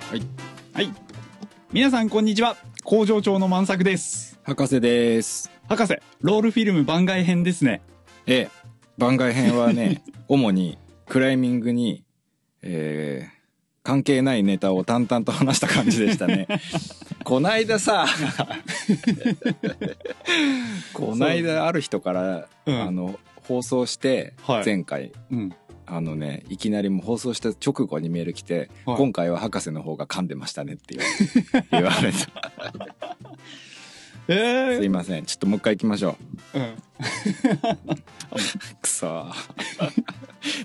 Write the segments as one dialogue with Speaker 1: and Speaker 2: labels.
Speaker 1: はい。
Speaker 2: はい。皆さん、こんにちは。工場長の満作です。
Speaker 1: 博士です。
Speaker 2: 博士、ロールフィルム番外編ですね。
Speaker 1: ええ、番外編 はね、主にクライミングに、えー関係ないネタを淡々と話した感じでした ね。こないださ、こないだある人から、
Speaker 2: うん
Speaker 1: あの、放送して、
Speaker 2: はい
Speaker 1: 前回、
Speaker 2: うん。
Speaker 1: あのね、いきなりもう放送した直後にメール来て、
Speaker 2: はい
Speaker 1: 今回は博士の方が噛んでましたねって言われ言われた。
Speaker 2: え
Speaker 1: すいません。ちょっともう一回行きましょう。
Speaker 2: うん。
Speaker 1: くそ ー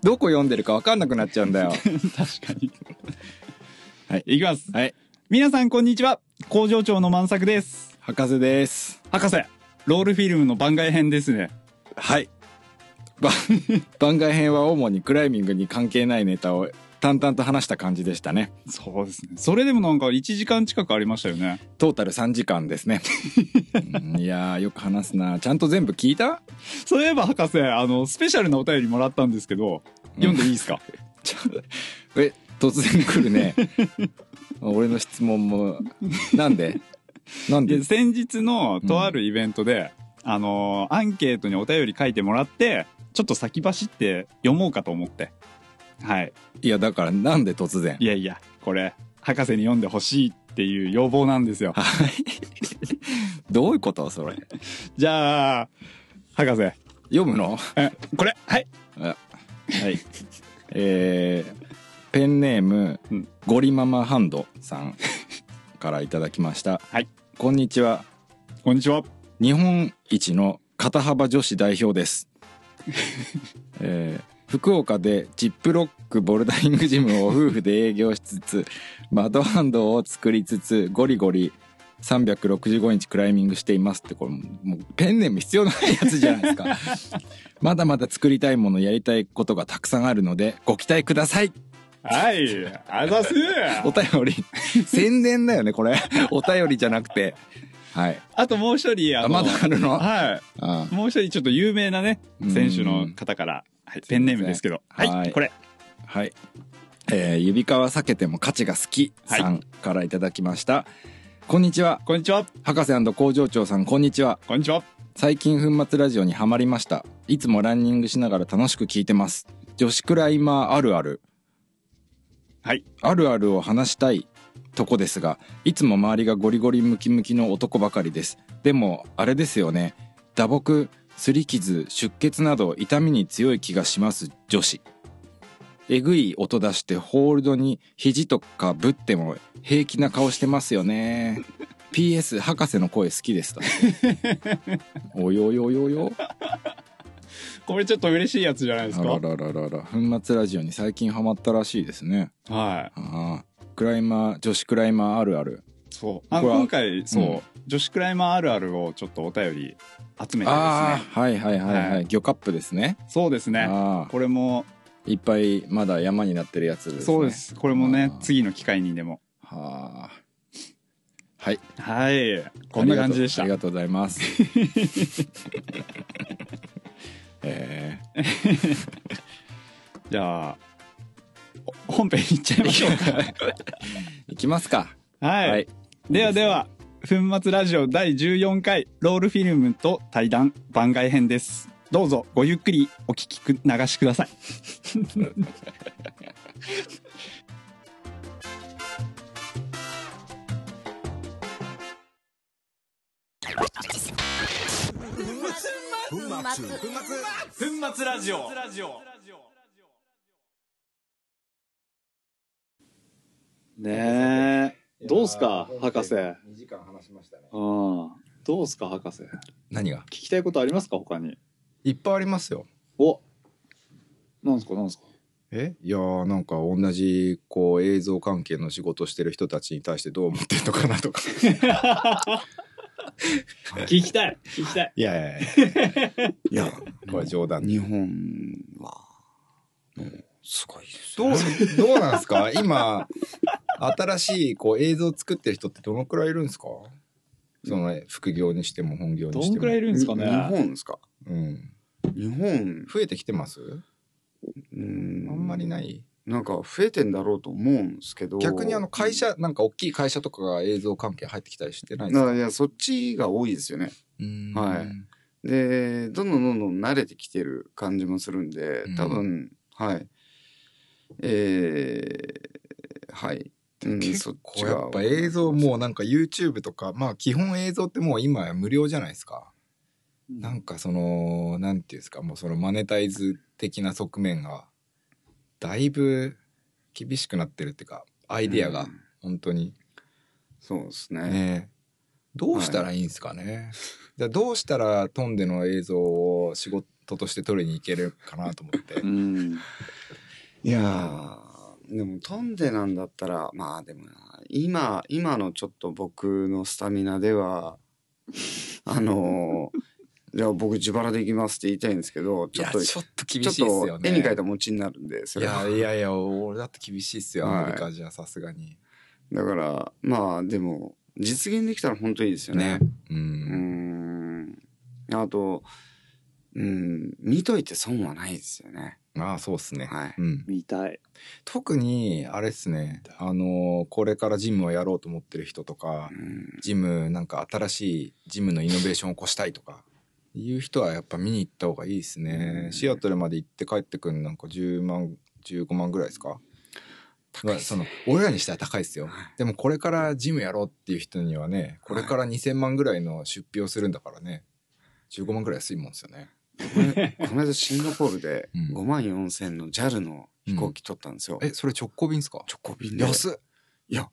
Speaker 1: どこ読んでるか分かんなくなっちゃうんだよ
Speaker 2: 確かに。
Speaker 1: はい
Speaker 2: いきます。
Speaker 1: はい
Speaker 2: 皆さん、こんにちは。工場長の満作です。
Speaker 1: 博士です
Speaker 2: 博士、ロールフィルムの番外編ですね。
Speaker 1: はい ば番外編は主にクライミングに関係ないネタを淡々と話した感じでしたね
Speaker 2: そうですね。それでもなんか1時間近くありましたよね。
Speaker 1: トータル3時間ですねうん いやーよく話すなちゃんと全部聞いた
Speaker 2: そういえば博士、あの、スペシャルなお便りもらったんですけど、読んでいいですか、
Speaker 1: ちょ え突然来る ね俺の質問もなんでなんで
Speaker 2: で先日のとあるイベントで、あのーアンケートにお便り書いてもらってちょっと先走って読もうかと思ってはい
Speaker 1: いやだからなんで突然
Speaker 2: いやいやこれ博士に読んでほしいっていう要望なんですよ
Speaker 1: はいどういうことそれ
Speaker 2: じゃあ博士
Speaker 1: 読むの
Speaker 2: えこれはい
Speaker 1: あはい。えーペンネーム、
Speaker 2: うん
Speaker 1: ゴリママハンドさんからいただきました。
Speaker 2: はい。
Speaker 1: こんにちは。
Speaker 2: こんにちは
Speaker 1: 日本一の肩幅女子代表です。えー福岡でジップロックボルダリングジムを夫婦で営業しつつ、バッドハンドを作りつつ、ゴリゴリ365日クライミングしていますって、これもうペンネーム必要ないやつじゃないですか。まだまだ作りたいもの、やりたいことがたくさんあるので、ご期待ください。
Speaker 2: はいあざす
Speaker 1: お便り。宣伝だよね、これ。お便りじゃなくて。はい。
Speaker 2: あともう一人あ
Speaker 1: あ、
Speaker 2: の
Speaker 1: まだあるの
Speaker 2: は
Speaker 1: あ
Speaker 2: いもう一人ちょっと有名なね
Speaker 1: うん
Speaker 2: 選手の方から、はい、ペンネームですけど
Speaker 1: すいません
Speaker 2: は
Speaker 1: はいい
Speaker 2: これ
Speaker 1: はい。えー、指輪避けても価値が好き
Speaker 2: はい
Speaker 1: さんからいただきました。こんにちは。
Speaker 2: こんにちは
Speaker 1: 博士工場長さん、こんにちは。
Speaker 2: こんにちは
Speaker 1: 最近粉末ラジオにハマりました。いつもランニングしながら楽しく聞いてます。女子クライマーあるある。
Speaker 2: はい
Speaker 1: あるあるを話したいとこですが、いつも周りがゴリゴリムキムキの男ばかりです。でも、あれですよね。打撲、擦り傷、出血など痛みに強い気がします女子。えぐい音出してホールドに肘とかぶっても平気な顔してますよね。PS 博士の声好きですだっておよよよよ。
Speaker 2: これちょっと嬉しいやつじゃないです
Speaker 1: あら
Speaker 2: から
Speaker 1: ららら。粉末ラジオに最近ハマったらしいですね。
Speaker 2: はい
Speaker 1: ああ。クライマー、女子クライマーあるある。
Speaker 2: そう。あの
Speaker 1: これは
Speaker 2: 今回、そう、
Speaker 1: うん
Speaker 2: 女子クライマーあるあるをちょっとお便り集めてで
Speaker 1: ああ、はいはいはいはい。
Speaker 2: はい
Speaker 1: 魚カップですね。
Speaker 2: すね。そうですね。
Speaker 1: ああ。
Speaker 2: これも、
Speaker 1: いっぱいまだ山になってるやつですね。
Speaker 2: そうで。す。これもね
Speaker 1: あ、ー
Speaker 2: 次の機会にでも。
Speaker 1: はあ。はい。
Speaker 2: はい。こんな感じでした
Speaker 1: あり。がとうござ います。え
Speaker 2: じゃあ、お本編いっちゃいましょうか。
Speaker 1: ー、いきますか。
Speaker 2: はい。
Speaker 1: はい
Speaker 2: ではでは、粉末ラジオ第14回、ロールフィルムと対談番外編です。どうぞごゆっくりお聞きく流しください。粉末ラジオ。ねえ、どうすか、博士。うん。
Speaker 1: 2時間話しましたね。
Speaker 2: どうすか、博士。聞
Speaker 1: 何が
Speaker 2: きたいことありますか、他に。
Speaker 1: いっぱいありますよ。
Speaker 2: お。なんすか、なんすか。
Speaker 1: えいやーなんか同じこう映像関係の仕事してる人たちに対してどう思ってんのかなとか
Speaker 2: 聞きたい。聞きたい。
Speaker 1: いやいやい
Speaker 3: いや、
Speaker 1: やこれ冗談
Speaker 3: 日本は、もう、すごいです
Speaker 1: どうどうなんですか今新しいこう映像作ってる人ってどのくらいいるんですかその副業にしても本業
Speaker 2: ど
Speaker 1: にしても
Speaker 2: んくらいいるんですか
Speaker 3: に日
Speaker 2: ね。
Speaker 3: 本ですか
Speaker 1: うん、
Speaker 3: 日本、
Speaker 1: 増えてきてます
Speaker 3: うん
Speaker 1: あんまりない
Speaker 3: なんか増えてんだろうと思うんですけど
Speaker 1: 逆にあの会社、なんか大きい会社とかが映像関係入ってきたりしてないですか
Speaker 3: ないやそっちが多いですよね
Speaker 1: うーん
Speaker 3: はいでどんどんどんどん慣れてきてる感じもするんで多分、はいえー、はい、うん
Speaker 1: 結構やっぱ
Speaker 3: そちが
Speaker 1: 映像もうなんか YouTube とか、まあ基本映像ってもう今や無料じゃないですか。なんかその、なんていうんですか、もうそのマネタイズ的な側面が、だいぶ厳しくなってるっていうか、アイディア
Speaker 3: う
Speaker 1: が
Speaker 3: ん
Speaker 1: 本当に
Speaker 3: そうですね
Speaker 1: ね、どうしたらいいんですかね。じゃあどうしたらトンデの映像を仕事として撮りに行けるかなと思って
Speaker 3: う。んいやーでも飛んでなんだったらまあでもな今今のちょっと僕のスタミナでは あのーじゃあ僕自腹で行きますって言いたいんですけど
Speaker 1: い
Speaker 3: ちょ
Speaker 1: や、
Speaker 3: っ
Speaker 1: ちょ
Speaker 3: と
Speaker 1: っと厳しい
Speaker 3: ちょ
Speaker 1: で
Speaker 3: っ
Speaker 1: すよ
Speaker 3: と
Speaker 1: ね。
Speaker 3: 絵に描いた餅になるんでそ
Speaker 1: い
Speaker 3: れは
Speaker 1: やいやいや、俺だって厳しいっすよ、
Speaker 3: はい
Speaker 1: アメリカじゃさすがに。
Speaker 3: だからまあでも実現できたら本当いいですよ
Speaker 1: ね。
Speaker 3: ね
Speaker 1: う。
Speaker 3: うんんあとうん見といて損はないですよね
Speaker 1: まあ、そうっすね。
Speaker 3: はい
Speaker 1: うん。
Speaker 2: 見たい。
Speaker 1: 特に、あれっすね、あのーこれからジムをやろうと思ってる人とか
Speaker 3: う、ん
Speaker 1: ジム、なんか新しいジムのイノベーションを起こしたいとか、いう人はやっぱ見に行った方がいいですね
Speaker 3: う。ん
Speaker 1: シアトルまで行って帰ってくんなんか10万、15万ぐらいですかまあその、俺らにしたら高いですよ。でもこれからジムやろうっていう人にはね、これから2000万ぐらいの出費をするんだからね、15万ぐらい安いもんですよね。
Speaker 3: この間シンガポールで
Speaker 1: うん
Speaker 3: 5万4千の JAL の飛行機取ったんですよ。
Speaker 1: え、それ直行便ですか
Speaker 3: 直行便で。
Speaker 1: 安っ、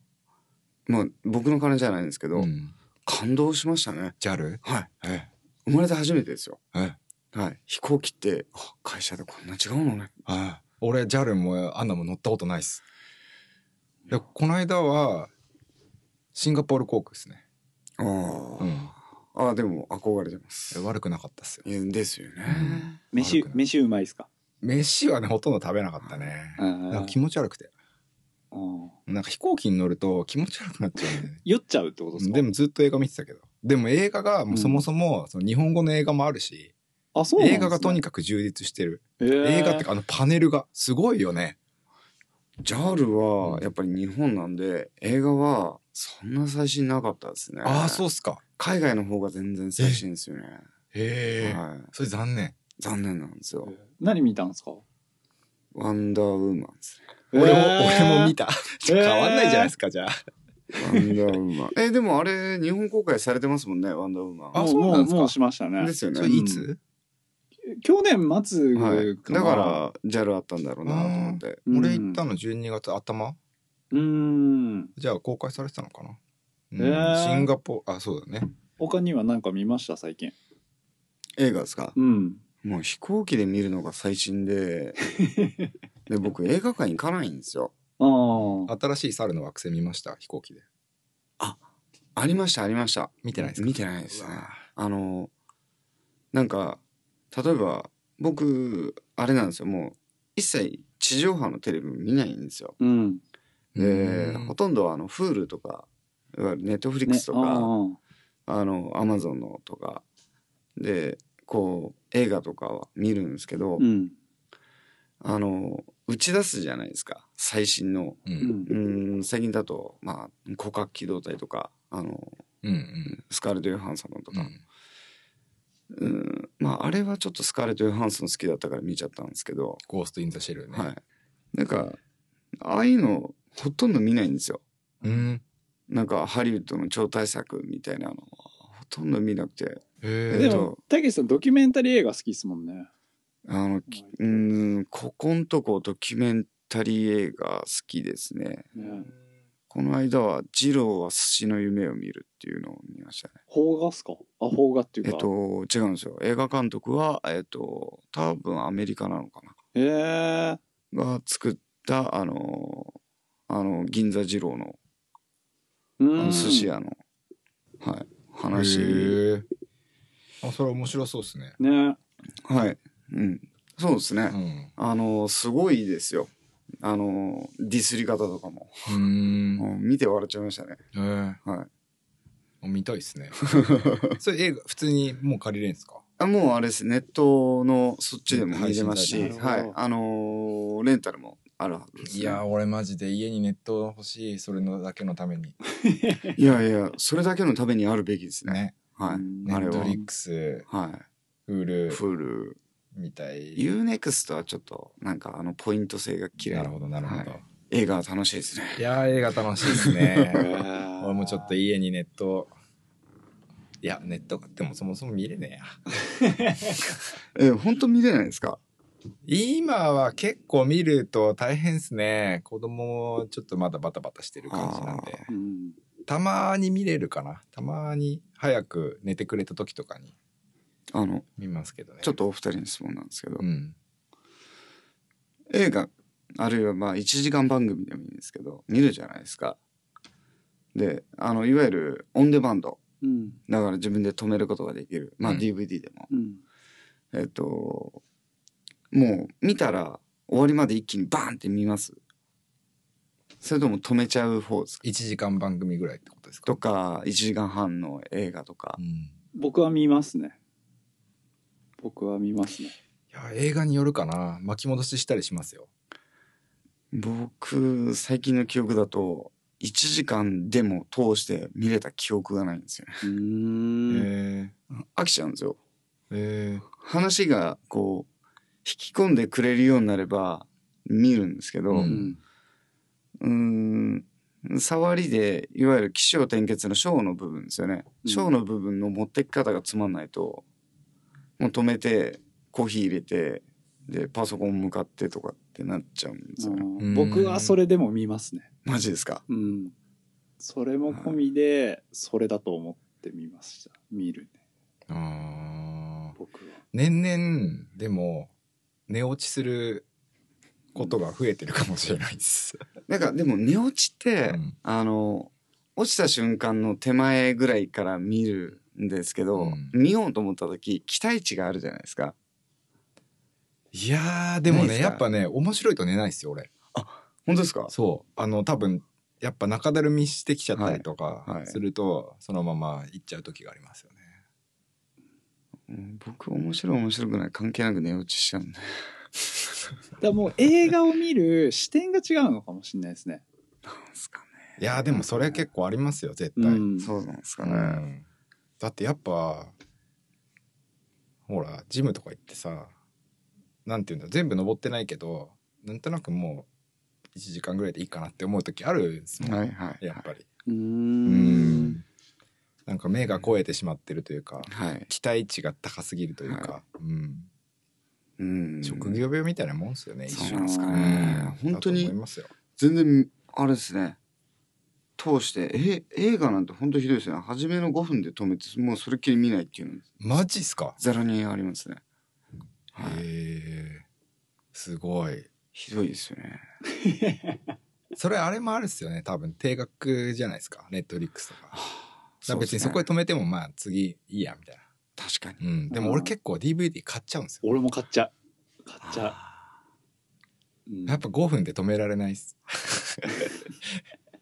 Speaker 3: まあ僕の金じゃないんですけど、
Speaker 1: うん、
Speaker 3: 感動しましたね。
Speaker 1: JAL?
Speaker 3: はい。
Speaker 1: え、
Speaker 3: 生まれて初めてですよ。
Speaker 1: え、
Speaker 3: はい。飛行機って、あ会社でこんな違うのね。
Speaker 1: あ俺 JAL もあんなも乗ったことないっす。で、この間は、シンガポール航空ですね。
Speaker 3: あ
Speaker 1: う
Speaker 3: ー、
Speaker 1: ん。
Speaker 3: あー、でも憧れてます。
Speaker 1: 悪くなかったっすよ。
Speaker 3: いやですよね。
Speaker 2: 飯
Speaker 1: 悪くな、い
Speaker 2: 飯うまいっすか
Speaker 1: 飯はね、ほとんど食べなかったね。
Speaker 2: あー
Speaker 1: なんか気持ち悪くて。
Speaker 2: うん
Speaker 1: なんか飛行機に乗ると気持ち悪くなっちゃうんだ よね。
Speaker 2: 酔っちゃうってことですか
Speaker 1: でもずっと映画見てたけど。でも映画がもうそもそもその日本語の映画もあるし、
Speaker 2: あ、そうなんです
Speaker 1: 映
Speaker 2: ね
Speaker 1: 画がとにかく充実してる。
Speaker 2: へー
Speaker 1: 映画ってかあのパネルがすごいよね。
Speaker 3: JAL
Speaker 1: う
Speaker 3: は
Speaker 1: ん
Speaker 3: やっぱり日本なんで、映画はそんな最新なかったですね。
Speaker 1: ああ、そう
Speaker 3: う。
Speaker 1: っすか。
Speaker 3: 海外の方が全然最新ですよね。
Speaker 1: へえ。
Speaker 3: はい。
Speaker 1: それ残念。
Speaker 3: 残念なんですよ。
Speaker 2: 何見たんですか
Speaker 3: ワンダーウーマンですね
Speaker 1: 俺も、
Speaker 2: えー
Speaker 1: 俺も見た。変わんないじゃないですか、じゃあ。
Speaker 3: ワンダーウーマン。 え、でもあれ、日本公開されてますもんね、ワンダーウーマン。
Speaker 1: あ
Speaker 2: も
Speaker 1: そうなんですか
Speaker 2: ももうしましたね
Speaker 3: で。すよね。
Speaker 1: それいつ
Speaker 2: 去年末
Speaker 3: うんはい。
Speaker 2: かな
Speaker 3: だから、JAL あったんだろうなと思って。
Speaker 2: うん
Speaker 1: 俺行ったの12月頭
Speaker 2: うん。
Speaker 1: じゃあ公開されてたのかなうん
Speaker 2: へー
Speaker 1: シンガポール、あ、そうだね。
Speaker 2: 他には何か見ました最近。
Speaker 3: 映画ですか
Speaker 2: うん。
Speaker 3: もう飛行機で見るのが最新で、で、僕映画館行かないんですよ。
Speaker 2: ああ。
Speaker 1: 新しい猿の惑星見ました、飛行機で。
Speaker 3: ありました、ありました。
Speaker 1: 見てないですか
Speaker 3: 見てないですね
Speaker 1: うわ。
Speaker 3: あの、なんか、例えば、僕、あれなんですよ、もう、一切地上波のテレビ見ないんですよ。
Speaker 2: うん。
Speaker 3: で、
Speaker 1: うん
Speaker 3: ほとんどあの、Hulu とか、いわゆる Netflix と
Speaker 2: あ
Speaker 3: か、
Speaker 2: ー
Speaker 3: あの、アマゾンのとか、で、こう、映画とかは見るんですけど、
Speaker 2: うん。
Speaker 3: あの、打ち出すじゃないですか。最新の。
Speaker 2: う
Speaker 1: う。
Speaker 2: んん
Speaker 3: う。ーん、最近だと、まあ、広角機動隊とか、あの、
Speaker 1: うんうん。
Speaker 3: スカーレット・ヨハンソンのと
Speaker 1: う
Speaker 3: か。
Speaker 1: ん
Speaker 3: うーん、まあ、あれはちょっとスカーレット・ヨハンソン好きだったから見ちゃったんですけど、
Speaker 1: ゴースト・イン・ザ・シェルね。
Speaker 3: はい。なんか、ああいうの、ほとんど見ないんですよ。
Speaker 1: うん。
Speaker 3: なんか、ハリウッドの超大作みたいなのは、ほとんど見なくて、
Speaker 1: へ
Speaker 2: で
Speaker 1: え。
Speaker 2: も、たけしさんドキュメンタリー映画好きですもんね。
Speaker 3: あの、きうーん、ここんとこドキュメンタリー映画好きですね。
Speaker 2: ね
Speaker 3: この間は、ジローは寿司の夢を見るっていうのを見ましたね。
Speaker 2: 邦画っすかあ、邦画ってい
Speaker 3: え
Speaker 2: う
Speaker 3: っ
Speaker 2: か。
Speaker 3: と、違うんですよ。映画監督は、えっと、多分アメリカなのか
Speaker 2: へえ。
Speaker 3: な。が作った、あの、あの、銀座ジローの、あ
Speaker 2: う
Speaker 3: の
Speaker 2: ん。
Speaker 3: 寿司屋の、はい、話。
Speaker 1: へえ。あ、それ面白そうっすね。
Speaker 2: ね。
Speaker 3: はい。うん。そうです
Speaker 1: う
Speaker 3: ね。
Speaker 1: ん。
Speaker 3: あの、すごいですよ。あの、ディスり方とかも。
Speaker 1: うーん。
Speaker 3: もう見て笑っちゃいましたね。
Speaker 1: へえ。
Speaker 3: はい。
Speaker 1: 見たいっすね。それ映画、普通にもう借りれんすか
Speaker 3: あもうあれですネットのそっちでも見れますし、
Speaker 2: 配信サイ
Speaker 3: は
Speaker 2: ト
Speaker 3: いあのーレンタルもあるわけです
Speaker 1: い
Speaker 3: ね、
Speaker 1: やー俺マジで家にネット欲しいそれのだけのために
Speaker 3: いやいやそれだけのためにあるべきですね
Speaker 1: ね
Speaker 3: はい、
Speaker 2: うん
Speaker 1: ネ
Speaker 3: あれ
Speaker 1: ット
Speaker 3: は
Speaker 1: リックス
Speaker 3: は
Speaker 1: Hulu
Speaker 3: いフール
Speaker 1: みたい
Speaker 3: UNEXT はちょっとなんかあのポイント性が嫌
Speaker 1: ないるほどなるほど、
Speaker 3: は映画は楽しいですね
Speaker 1: い、やー映画楽しいですね俺
Speaker 2: 俺
Speaker 1: もちょっと家にネットいやネット買ってもそもそも見れね
Speaker 3: え本当見れないですか
Speaker 1: えや今は結構見ると大変ですね子供もちょっとまだバタバタしてる感じなんで
Speaker 2: うん
Speaker 1: たまーに見れるかなたまーに早く寝てくれた時とかに
Speaker 3: あの
Speaker 1: 見ますけどね
Speaker 3: ちょっとお二人に質問なんですけど、
Speaker 1: うん
Speaker 3: 映画あるいはまあ1時間番組でもいいんですけど見るじゃないですかであのいわゆるオンデマンド
Speaker 2: うん
Speaker 3: だから自分で止めることができるまあ
Speaker 1: うん
Speaker 3: DVD でも、
Speaker 2: うん
Speaker 3: えっともう見たら終わりまで一気にバーンって見ますそれとも止めちゃう方ですか
Speaker 1: 1時間番組ぐらいってことですか
Speaker 3: とか1時間半の映画とか
Speaker 1: うんい
Speaker 2: 僕は見ますね僕は見ますね
Speaker 1: や映画によるかな巻き戻ししたりしますよ
Speaker 3: 僕最近の記憶だと1時間でも通して見れた記憶がないんですよね
Speaker 2: うーん
Speaker 1: え
Speaker 3: 飽きちゃうんですよ
Speaker 1: えええ
Speaker 3: 話がこう引き込んでくれるようになれば見るんですけど、
Speaker 1: う
Speaker 2: うんん
Speaker 3: うーん触りでいわゆる起承転結の章の部分ですよね
Speaker 2: うん
Speaker 3: 章の部分の持ってき方がつまんないともう止めてコーヒー入れてでパソコン向かってとかってなっちゃうんですよね
Speaker 1: ん
Speaker 2: 僕はそれでも見ますね
Speaker 3: マジですか
Speaker 2: うんそれも込みでそれだと思って見ました見るね
Speaker 1: あー
Speaker 2: 僕は
Speaker 1: 年々でも寝落ちすることが増えてるかもしれない です、
Speaker 3: なんかでも寝落ちって、
Speaker 1: うん
Speaker 3: あの落ちた瞬間の手前ぐらいから見るんですけど、
Speaker 1: うん
Speaker 3: 見ようと思った時期待値があるじゃないですか
Speaker 1: いやーでも
Speaker 3: ない
Speaker 1: ね
Speaker 3: ですか
Speaker 1: やっぱね面白いと寝ないですよ俺
Speaker 3: 本当ですか
Speaker 1: そうあの多分やっぱ中だるみしてきちゃったりと
Speaker 3: はい
Speaker 1: か
Speaker 3: はい
Speaker 1: すると、そのまま行っちゃう時がありますよね
Speaker 3: うん僕面白い面白くない関係なく寝落ちしちゃうんで
Speaker 2: だからもう映画を見る視点が違うのかもしれないですね
Speaker 3: なんすかね
Speaker 1: いやーでもそれ結構ありますよ絶
Speaker 2: う
Speaker 1: 対、
Speaker 2: ん
Speaker 3: そうなんですか
Speaker 1: う
Speaker 3: ね、
Speaker 1: んだってやっぱほらジムとか行ってさなんていうんだ全部登ってないけどなんとなくもう1時間ぐらいでいいかなって思う時あるんですもん、
Speaker 3: はいはい。
Speaker 1: やっぱり
Speaker 2: うー
Speaker 1: うんなんか目が超えてしまってるというか
Speaker 3: はい。
Speaker 1: 期待値が高すぎるというか、
Speaker 3: は
Speaker 1: うん、
Speaker 3: うん
Speaker 1: 職業病みたいなもんですよね、
Speaker 3: そう
Speaker 1: 一
Speaker 3: なんですか
Speaker 1: 種
Speaker 3: ね。本当
Speaker 1: だと思い
Speaker 3: に、
Speaker 1: ますよ
Speaker 3: 全然、あれですね。通して、え、映画なんて本当ひどいですね。初めの5分で止めて、もうそれっきり見ないっていうの、
Speaker 1: マジっすか
Speaker 3: ざらにありますね。
Speaker 1: へ
Speaker 3: はい。
Speaker 1: えすごい
Speaker 3: ひどいですよね。
Speaker 1: それあれもあるっすよね多分定額じゃないですかネットリックスとかだから別に
Speaker 3: うです
Speaker 1: そ
Speaker 3: ね
Speaker 1: こで止めてもまあ次いいやみたい
Speaker 3: 確かに。
Speaker 1: な、うん、でも俺結構 DVD 買っちゃうんですよ
Speaker 2: 俺も買っちゃう買っちゃう、うん
Speaker 1: やっぱ5分で止められないっす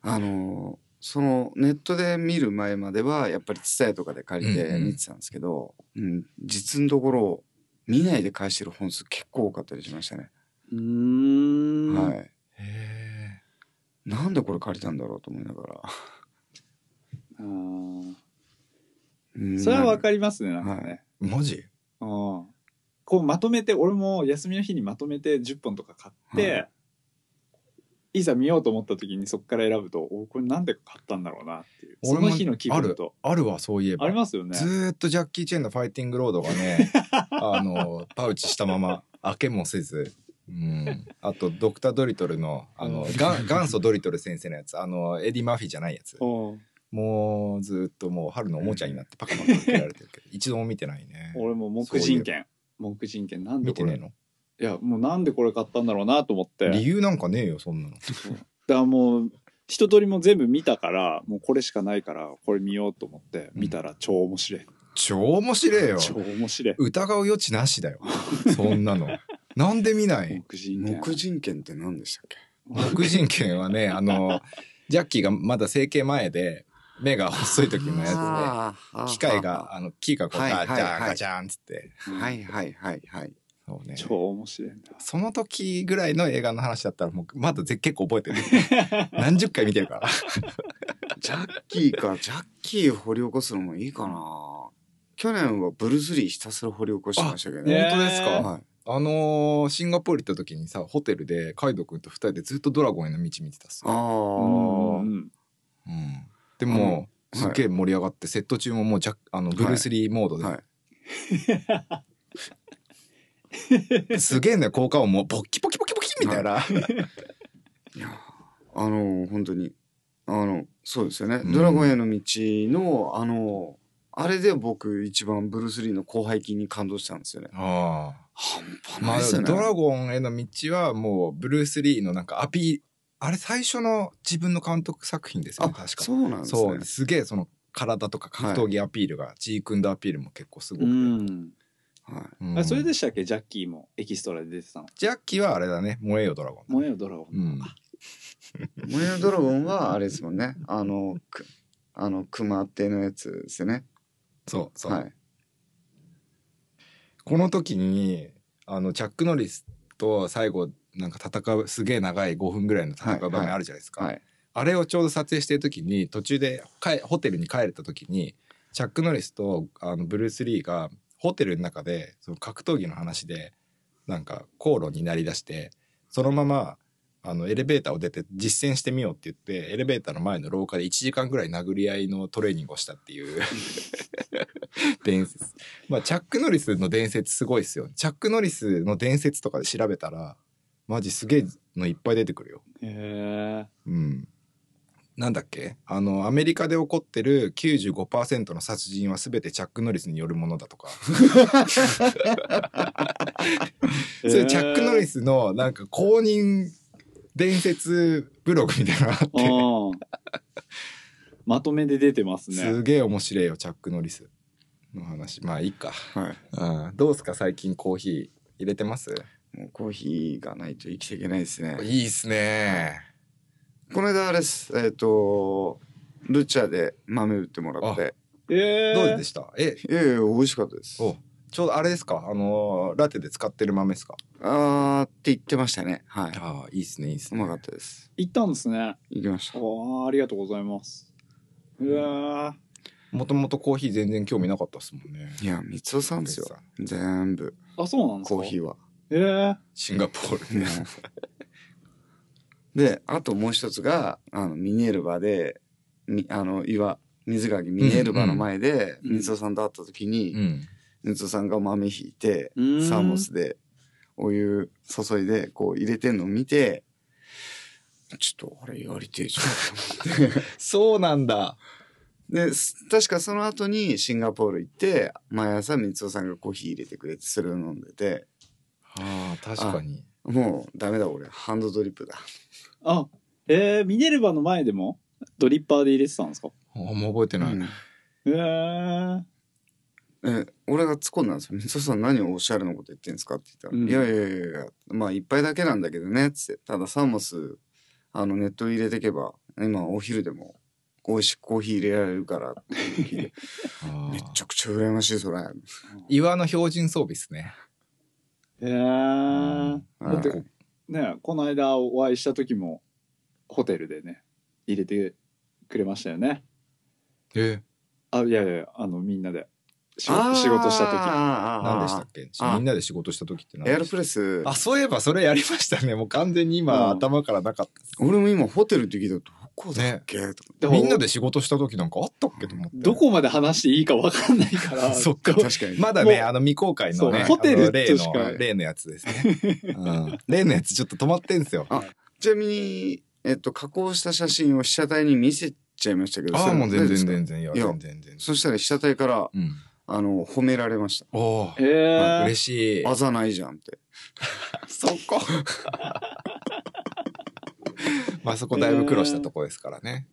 Speaker 3: あのー、そのネットで見る前まではやっぱり伝えとかで借り
Speaker 1: うん
Speaker 3: て
Speaker 1: うん
Speaker 3: 見てたんですけど、うん実のところ見ないで返してる本数結構多かったりしましたね、
Speaker 2: うーん
Speaker 3: はい
Speaker 1: へえ
Speaker 3: なんでこれ借りたんだろうと思いながら
Speaker 2: あー
Speaker 3: うん
Speaker 2: それはわかりますねなんかね、
Speaker 1: マジ
Speaker 2: うんこうまとめて俺も休みの日にまとめて10本とか買って、、
Speaker 3: はい
Speaker 2: ざ見ようと思った時にそこから選ぶとおこれなんで買ったんだろうなっていうそ
Speaker 1: 俺も
Speaker 2: の日の気分と
Speaker 1: あるわそういえば
Speaker 2: ありますよね
Speaker 1: ずーっとジャッキー・チェンの「ファイティング・ロード」がねあのパウチしたまま開けもせず、うん、あとドクター・ドリトルのあの
Speaker 2: うん
Speaker 1: が元祖ドリトル先生のやつあのエディ・マーフィーじゃないやつ
Speaker 2: うん
Speaker 1: もうずーっともう春のおもちゃになってパカパカ開けられてるけど一度も見てないね
Speaker 2: 俺も黙人権黙人権なんで
Speaker 1: 見
Speaker 2: こ
Speaker 1: てね
Speaker 2: れ
Speaker 1: え
Speaker 2: い
Speaker 1: の
Speaker 2: やもうなんでこれ買ったんだろうなと思って
Speaker 1: 理由なんかねえよそんなの
Speaker 2: だからもう一通りも全部見たからもうこれしかないからこれ見ようと思って見たら超面白い、
Speaker 1: 超面白えよ
Speaker 2: 超面白い
Speaker 1: 疑う余地なしだよそんなのなんで見ない
Speaker 2: 黙人権
Speaker 3: 黙人権って何でしたっけ
Speaker 1: 黒人犬はねあのジャッキーがまだ整形前で目が細い時のや
Speaker 3: あー
Speaker 1: つで機械があのキーがこう
Speaker 3: はいは
Speaker 1: ガ
Speaker 3: い
Speaker 1: チャン
Speaker 3: はい
Speaker 1: ガチャンっつって
Speaker 3: はいはいはいはい
Speaker 1: そうね。
Speaker 2: 超面白いんだ。
Speaker 1: その時ぐらいの映画の話だったら、もう、まだぜ結構覚えてる。 何十回見てるから。
Speaker 3: ジャッキーか、ジャッキー掘り起こすのもいいかな。去年はブルース・リーひたすら掘り起こしてましたけど
Speaker 4: あね
Speaker 3: ね。
Speaker 1: 本当ですか、
Speaker 3: はい、
Speaker 1: あのーシンガポール行った時にさ、ホテルで、カイドくんと二人でずっとドラゴンへの道見てたっす
Speaker 3: あ。あ、
Speaker 2: うん
Speaker 1: うん。でも、
Speaker 3: うん
Speaker 1: すっげえ盛り上がって、セット中ももうジャックあの、ブルースリーモードで、
Speaker 3: はい。
Speaker 1: すげえね、効果音も、ポッキポキポキポキみたいな。
Speaker 3: いやあの本当にあのそうですよね「
Speaker 1: うん
Speaker 3: ドラゴンへの道の」あのあれで僕一番ブルース・リーの広背筋に感動したんですよね。
Speaker 1: ああ。
Speaker 3: 半端な
Speaker 1: ま
Speaker 3: いです
Speaker 1: あ、
Speaker 3: よね。
Speaker 1: ドラゴンへの道はもう、ブルース・リーのなんかアピール、あれ最初の自分の監督作品ですよね、確か。
Speaker 3: そうなんですね。
Speaker 1: そう、すげえその体とか格闘技アピールが、ジークンドアピールも結構すごく
Speaker 2: う
Speaker 1: て。
Speaker 2: ん。
Speaker 3: は
Speaker 1: うん
Speaker 2: あそれでしたっけジャッキーもエキストラで出てたの。
Speaker 1: ジャッキーはあれだね、燃えよドラゴン。
Speaker 2: 燃えよドラゴン。
Speaker 1: うん。
Speaker 3: い。燃えるドラゴンはあれですもんね。あの、くあの、熊手のやつですよね。
Speaker 1: そうそう。
Speaker 3: はい。
Speaker 1: この時に、あの、チャック・ノリスと最後、なんか戦う、すげえ長い5分ぐらいの戦う場面あるじゃないですか。
Speaker 3: はい。
Speaker 1: あれをちょうど撮影してる時に、途中で帰ホテルに帰れた時に、チャック・ノリスとあのブルース・リーがホテルの中でその格闘技の話で、なんか口論になりだして、そのまま、あのエレベーターを出て実践してみようって言ってエレベーターの前の廊下で1時間ぐらい殴り合いのトレーニングをしたっていう伝説まあチャック・ノリスの伝説すごいっすよチャック・ノリスの伝説とかで調べたらマジすげえのいっぱい出てくるよ
Speaker 2: へ
Speaker 1: うん、なんだっけあのアメリカで起こってる95%の殺人は全てチャック・ノリスによるものだと か、
Speaker 2: え。
Speaker 1: それチャック・ノリ
Speaker 2: ス。
Speaker 1: スのなんか公認伝説ブログみたいなのがあって、
Speaker 2: うんまとめで出てますね。
Speaker 1: すげえ面白いよチャック・ノリスの話まあいいか、
Speaker 3: はい。
Speaker 1: うん、どうすか最近コーヒー入れてます
Speaker 3: もうコーヒーがないと生きていけないですね。
Speaker 1: いいっすね
Speaker 3: この間あれです。えっ、と、ルチャで豆売ってもらって。
Speaker 2: ええ。
Speaker 1: どうでしたえ
Speaker 3: いやいや、美味しかったです。
Speaker 1: おちょうどあれですかあのラテで使ってる豆ですか
Speaker 3: あーって言ってましたね。はい。
Speaker 1: ああいいっすねいいっす
Speaker 3: うまかったです。
Speaker 2: 行ったんですね。
Speaker 3: 行きました。
Speaker 2: おありがとうございます。うわ
Speaker 1: もともとコーヒー全然興味なかったっすもんね
Speaker 3: いや、三つさんですよ
Speaker 1: 哲。
Speaker 3: 全部、
Speaker 2: ーあ、そうなんですか
Speaker 3: コーヒーは。
Speaker 2: え
Speaker 1: シンガポール。
Speaker 3: で、あともう一つが、あの、ミネルヴァで、みあの、岩、水垣ミネルヴァの前で、
Speaker 2: うんうん
Speaker 3: 三つさんと会った時に、
Speaker 1: ん。
Speaker 3: 三つさんが豆ひいて、
Speaker 2: えー。
Speaker 3: サーモスで、お湯注いで、こう入れてんのを見て、ちょっとあれやりてえじゃんと思って。
Speaker 1: そうなんだ。
Speaker 3: で、す確かその後にシンガポール行って、毎朝三尾さんがコーヒー入れてくれて、それを飲んでて、
Speaker 1: ああ、確かに。
Speaker 3: もうダメだ俺、ハンドドリップだ。
Speaker 2: あ、えー、ミネルヴァの前でもドリッパーで入れてたんですか
Speaker 1: ああもう覚えてない。
Speaker 3: うん
Speaker 2: えー、
Speaker 3: え俺が突っ込んだんですよ「 三尾さん何をおっしゃるのこと言ってんですか?」って言ったら「
Speaker 2: うん
Speaker 3: いやいやいやいやまあ一杯だけなんだけどね」っつって「ただサーモスあのネット入れてけば今お昼でも美味しくコーヒー入れられるから」って聞 いて
Speaker 1: ああ
Speaker 3: めちゃくちゃ羨ましいそ れ」
Speaker 1: 岩の標準装備ですね。
Speaker 2: えー、
Speaker 3: うん
Speaker 2: だってねこの間お会いした時もホテルでね入れてくれましたよね
Speaker 1: え、
Speaker 2: あいやいやいやあのみんなで仕
Speaker 3: あー
Speaker 2: 事仕事した時
Speaker 3: あーあー
Speaker 1: 何でしたっけ
Speaker 3: あー
Speaker 1: みんなで仕事した時って
Speaker 3: あ
Speaker 1: 何
Speaker 3: ーエアロプ
Speaker 1: レ
Speaker 3: レス
Speaker 1: あ、そういえばそれやりましたね。もう完全に今
Speaker 2: うん
Speaker 1: 頭からなかっ
Speaker 3: 俺も今ホテルって聞いたらどこだっ け、とか
Speaker 1: た。
Speaker 2: でも
Speaker 1: みんなで仕事した時なんかあったっけと思って。
Speaker 2: どこまで話していいかわかんないから
Speaker 1: そっか
Speaker 2: ど
Speaker 3: 確かに、
Speaker 1: まだ
Speaker 2: も
Speaker 1: ね、
Speaker 2: う
Speaker 1: あの未公開のね、
Speaker 2: そうホテル
Speaker 1: あの例
Speaker 2: としか
Speaker 1: の、例のやつですね。うん例のやつちょっと止まってんすよ。
Speaker 3: ちなみに、えっと、加工した写真を被写体に見せちゃいましたけど
Speaker 1: あ
Speaker 3: そ
Speaker 1: あ、
Speaker 3: れ
Speaker 1: もう全
Speaker 3: どです
Speaker 1: 然
Speaker 3: か
Speaker 1: 全然、いや、
Speaker 3: いや
Speaker 1: 全然全然。
Speaker 3: そしたら被写体から
Speaker 1: うん。
Speaker 3: あの褒められました
Speaker 1: おお
Speaker 2: え。ー、
Speaker 1: 嬉しい。
Speaker 3: あざないじゃんって。
Speaker 1: そこ。 まあそこだいぶ苦労したとこですからね。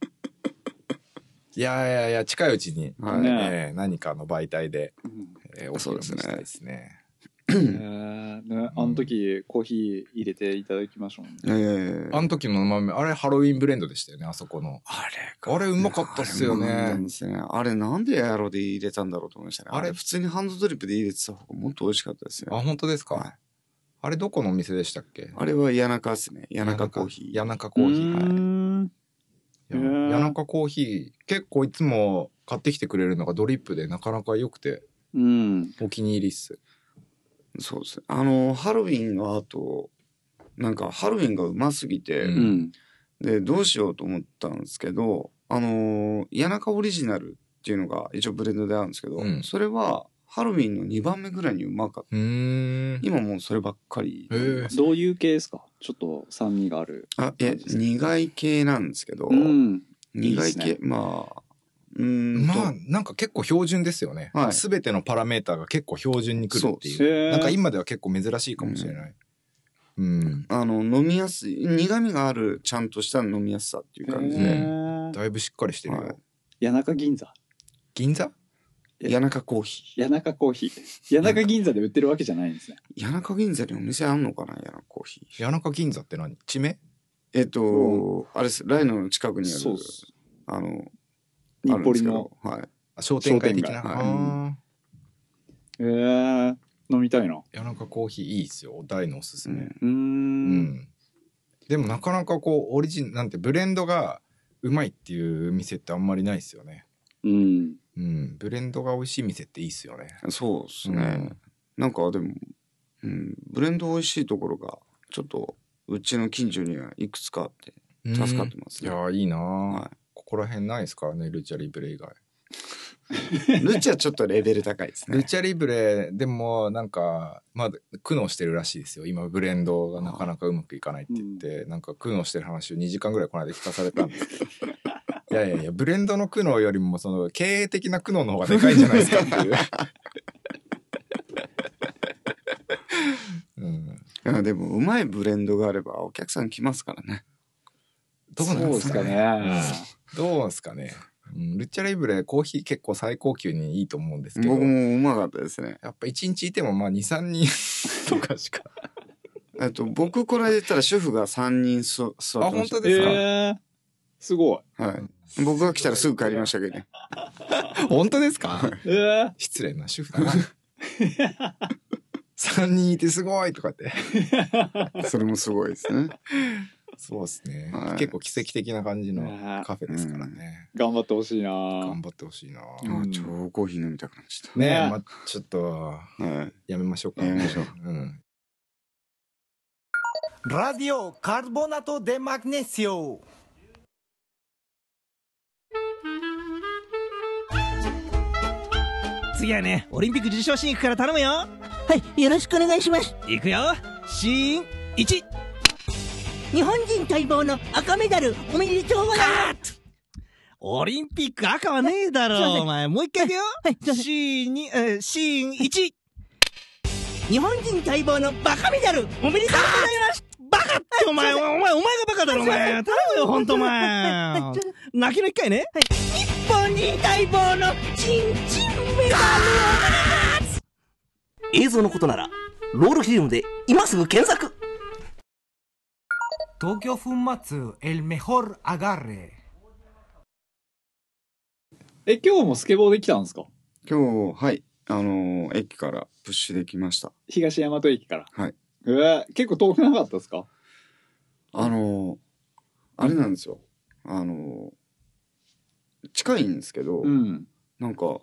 Speaker 1: いやいやいや、近いうちに、
Speaker 3: はい
Speaker 2: ね
Speaker 1: えー何かの媒体で、
Speaker 2: うん
Speaker 1: えー、お披露目したいですね。
Speaker 2: えーね、あの時コーヒー入れていただきましょうね
Speaker 3: ええ
Speaker 1: あの時の豆、あれハロウィンブレンドでしたよね、あそこの。
Speaker 3: あれ
Speaker 1: あれうまかったっすよね
Speaker 3: あれうまかったんですねあれなんでエアロで入れたんだろうと思いましたね。
Speaker 1: あ
Speaker 3: あ
Speaker 1: れ
Speaker 3: れ普通にハンドドリップで入れてた方がもっと美味しかったです
Speaker 1: あ、
Speaker 3: よ。
Speaker 1: 本当です
Speaker 3: は
Speaker 1: か。あれどこのお店でしたっけ
Speaker 3: あれは谷中ですね。谷中コーヒー。
Speaker 1: 谷中コーヒー。
Speaker 2: うーん
Speaker 1: 谷
Speaker 2: へー
Speaker 1: 谷中コーヒー、結構いつも買ってきてくれるのがドリップでなかなか良くて、
Speaker 2: うん。
Speaker 1: お気に入りっす。
Speaker 3: そうですね。あの、ハロウィンの後、なんかハロウィンがうますぎて、
Speaker 1: うん
Speaker 2: うん。
Speaker 3: で、どうしようと思ったんですけど、あの、谷中オリジナルっていうのが一応ブレンドであるんですけど、
Speaker 1: うん
Speaker 3: それはハロウィンの2番目ぐらいにうまかった。
Speaker 1: うーん。
Speaker 3: 今もうそればっかり。
Speaker 1: へー
Speaker 2: どういう系ですかちょっと酸味がある。
Speaker 3: あ、いや、苦い系なんですけど、
Speaker 2: うん。
Speaker 3: 苦
Speaker 2: いいっ
Speaker 3: い
Speaker 2: す
Speaker 3: 系、
Speaker 2: ね
Speaker 3: まあ、うーんと、
Speaker 1: まあ、なんか結構標準ですよね
Speaker 3: は。い
Speaker 1: すべてのパラメーターが結構標準に来るって
Speaker 2: そう
Speaker 1: い
Speaker 2: へ
Speaker 1: う。
Speaker 2: ー
Speaker 1: なんか今では結構珍しいかもしれない。うん。
Speaker 3: あの、飲みやすい、苦味がある、ちゃんとした飲みやすさっていう感じで、
Speaker 1: へ
Speaker 2: え
Speaker 1: だいぶしっかりしてる
Speaker 3: は
Speaker 1: よ
Speaker 3: い。
Speaker 2: 谷中銀座。
Speaker 1: 銀座
Speaker 2: え
Speaker 3: 谷中コーヒ
Speaker 2: 谷中コーヒー。谷中銀座で売ってるわけじゃないんですね。
Speaker 3: ー。谷中銀座にお店あんのかな谷中コーヒー。
Speaker 1: 谷中銀座って何地名
Speaker 3: えっと、あれです、ライノの近くにある
Speaker 2: そうっす、
Speaker 3: あの、
Speaker 2: 日
Speaker 3: あるん
Speaker 2: 暮
Speaker 3: で
Speaker 2: 里
Speaker 3: すけ
Speaker 2: の。
Speaker 3: ど、はい。
Speaker 1: あ商店街的な。
Speaker 2: 商
Speaker 3: 店街
Speaker 1: あー
Speaker 2: えー、飲みたいな。
Speaker 1: 谷中コーヒーいいっすよ。大のおすすめ。
Speaker 2: うー。
Speaker 1: うんんでもなかなかこうオリジンなんてブレンドがうまいっていう店ってあんまりないですよね。
Speaker 2: うん。
Speaker 1: うん、ブレンドが美味しい店っていいっすよね。
Speaker 3: うんそうですね。
Speaker 1: うん
Speaker 3: なんかでも、うん、ブレンド美味しいところが、ちょっと、うちの近所にはいくつかあって、助かってます
Speaker 1: い
Speaker 3: ね。
Speaker 1: やーいいなー、
Speaker 3: は
Speaker 1: ここら辺ないですからねルチャリブレ以外。
Speaker 3: ルチはちょっとレベル高いです
Speaker 1: ル
Speaker 3: ね。
Speaker 1: チャリブレでもなんかまあ苦悩してるらしいですよ今ブレンドがなかなかうまくいかないって言って、なんか苦悩してる話を2時間ぐらいこの間聞かされたんですけど いやいやいやブレンドの苦悩よりもその経営的な苦悩の方がでかいんじゃないですかって いう。うん、
Speaker 3: いやでも、うまいブレンドがあれば、お客さん来ますからね。
Speaker 1: どうなんですかね
Speaker 2: ね。
Speaker 1: どうですかね、うん、ルチャリブレコーヒー結構最高級にいいと思うんですけど
Speaker 3: 僕もうまかったですね。
Speaker 1: やっぱ1日いてもまあ23人 とかしか
Speaker 3: えっと、僕、これ言ったら主婦が3人そ座ってました。
Speaker 1: あ本当
Speaker 2: え
Speaker 1: ですか
Speaker 2: ー、すごい。
Speaker 3: はい。僕が来たらすぐ帰りましたけど ね。
Speaker 1: 本当ですか
Speaker 2: えー、
Speaker 1: 失礼な主婦だ な3人いてすごいとかって
Speaker 3: それもすごいですね。
Speaker 1: そうですね、
Speaker 3: はい
Speaker 1: 結構奇跡的な感じ
Speaker 2: ね
Speaker 1: のカフェですからね、
Speaker 2: 頑張ってほしいな
Speaker 1: 頑張ってほしいな、
Speaker 3: あ
Speaker 2: うん
Speaker 3: 超コーヒー飲みたくなっちゃっ
Speaker 1: ねえ、
Speaker 2: ね
Speaker 1: まあ、ちょっと
Speaker 3: た。はい。
Speaker 1: やめましょうか
Speaker 3: やめましょう、
Speaker 1: うん、
Speaker 5: Radio Carbonato de Magnesio.
Speaker 6: 次はねオリンピック受賞シーン行くから頼むよ
Speaker 7: はい、よろしくお願いします。
Speaker 6: 行くよシーン1
Speaker 7: 日本人待望の赤メダル、おめでとうございます。
Speaker 6: オリンピック赤はねえだ
Speaker 7: すいませ
Speaker 6: ろ
Speaker 7: ん
Speaker 6: お前もう一回行くよ
Speaker 7: はい、すいません
Speaker 6: シーン2、えーシーン1
Speaker 7: 日本人待望のバカメダル、おめでとうございます。
Speaker 6: バカってお前お前お前がバカだろお前頼むよほんとお前
Speaker 7: はいすいま
Speaker 6: 泣きの一回ね
Speaker 7: 日本人待望のチンチンメダ
Speaker 8: 映像のことなら、ロールフィルムで今すぐ検索
Speaker 5: Tokyo Fumatsu, el mejor agarre.
Speaker 2: え、今日もスケボーできたんですか
Speaker 3: 今日、はい。あのー駅からプッシュできました。
Speaker 2: 東大和駅から。
Speaker 3: はい。
Speaker 2: えー、結構遠くなかったですか
Speaker 3: あのーあれなんですよ。あのー近いんですけど、
Speaker 2: うん。
Speaker 3: なんか、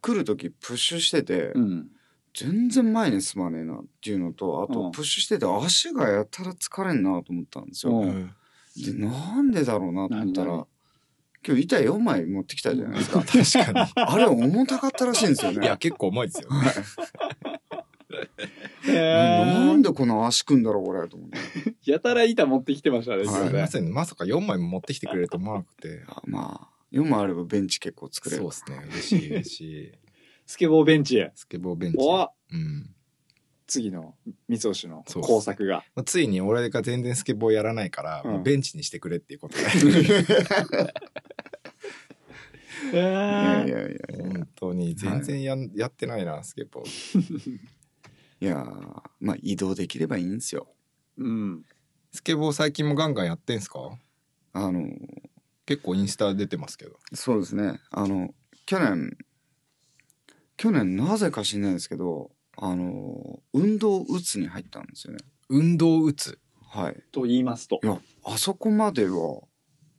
Speaker 3: 来る時プッシュしてて、
Speaker 2: うん。
Speaker 3: 全然前に進まねえなっていうのと、あ
Speaker 2: う
Speaker 3: と
Speaker 2: ん
Speaker 3: プッシュしてて足がやたら疲れんなと思ったんですよ。
Speaker 2: うん
Speaker 3: で、なんでだろうなと思った
Speaker 2: 何
Speaker 3: ら、今日板4枚持ってきたじゃないで すか。
Speaker 1: 確か
Speaker 3: あれ重たかったらしいんですよ
Speaker 1: にいや
Speaker 3: ね。
Speaker 1: 結構重いですよ
Speaker 2: え
Speaker 3: な
Speaker 2: ー
Speaker 3: ん、でこの足組んだろうこれと思って。
Speaker 2: やたら板持ってきてましたね、
Speaker 3: はい
Speaker 2: すいます
Speaker 1: い
Speaker 2: せん
Speaker 1: ませんまさか4枚も持ってきてくれると思わなくて
Speaker 3: あまあ、4枚あればベンチ結構作れる
Speaker 1: そう。ですね嬉しい嬉しい
Speaker 2: スケボーベンチへ。
Speaker 1: スケボーベンチ、
Speaker 2: お
Speaker 1: うん
Speaker 2: 次の三つ星の
Speaker 1: そう
Speaker 2: 工作が。
Speaker 1: まあ、ついに俺が全然スケボーやらないから、
Speaker 3: うん
Speaker 1: もうベンチにしてくれっていうことで
Speaker 2: え
Speaker 3: いやい
Speaker 2: ー、
Speaker 3: やいや。
Speaker 1: 本当に全然や,、やってないなスケボー
Speaker 3: いやーまあ移動できればいいんですよ。
Speaker 2: うん。
Speaker 1: スケボー最近もガンガンやってんすか
Speaker 3: あの、
Speaker 1: 結構インスタ出てますけど
Speaker 3: そうですね。あの、去年、去年なぜか知んないですけど、あの、運動うつに入ったんですよね。
Speaker 1: 運動打つ。
Speaker 3: はい。
Speaker 2: と言いますと
Speaker 3: い。や、あそこまでは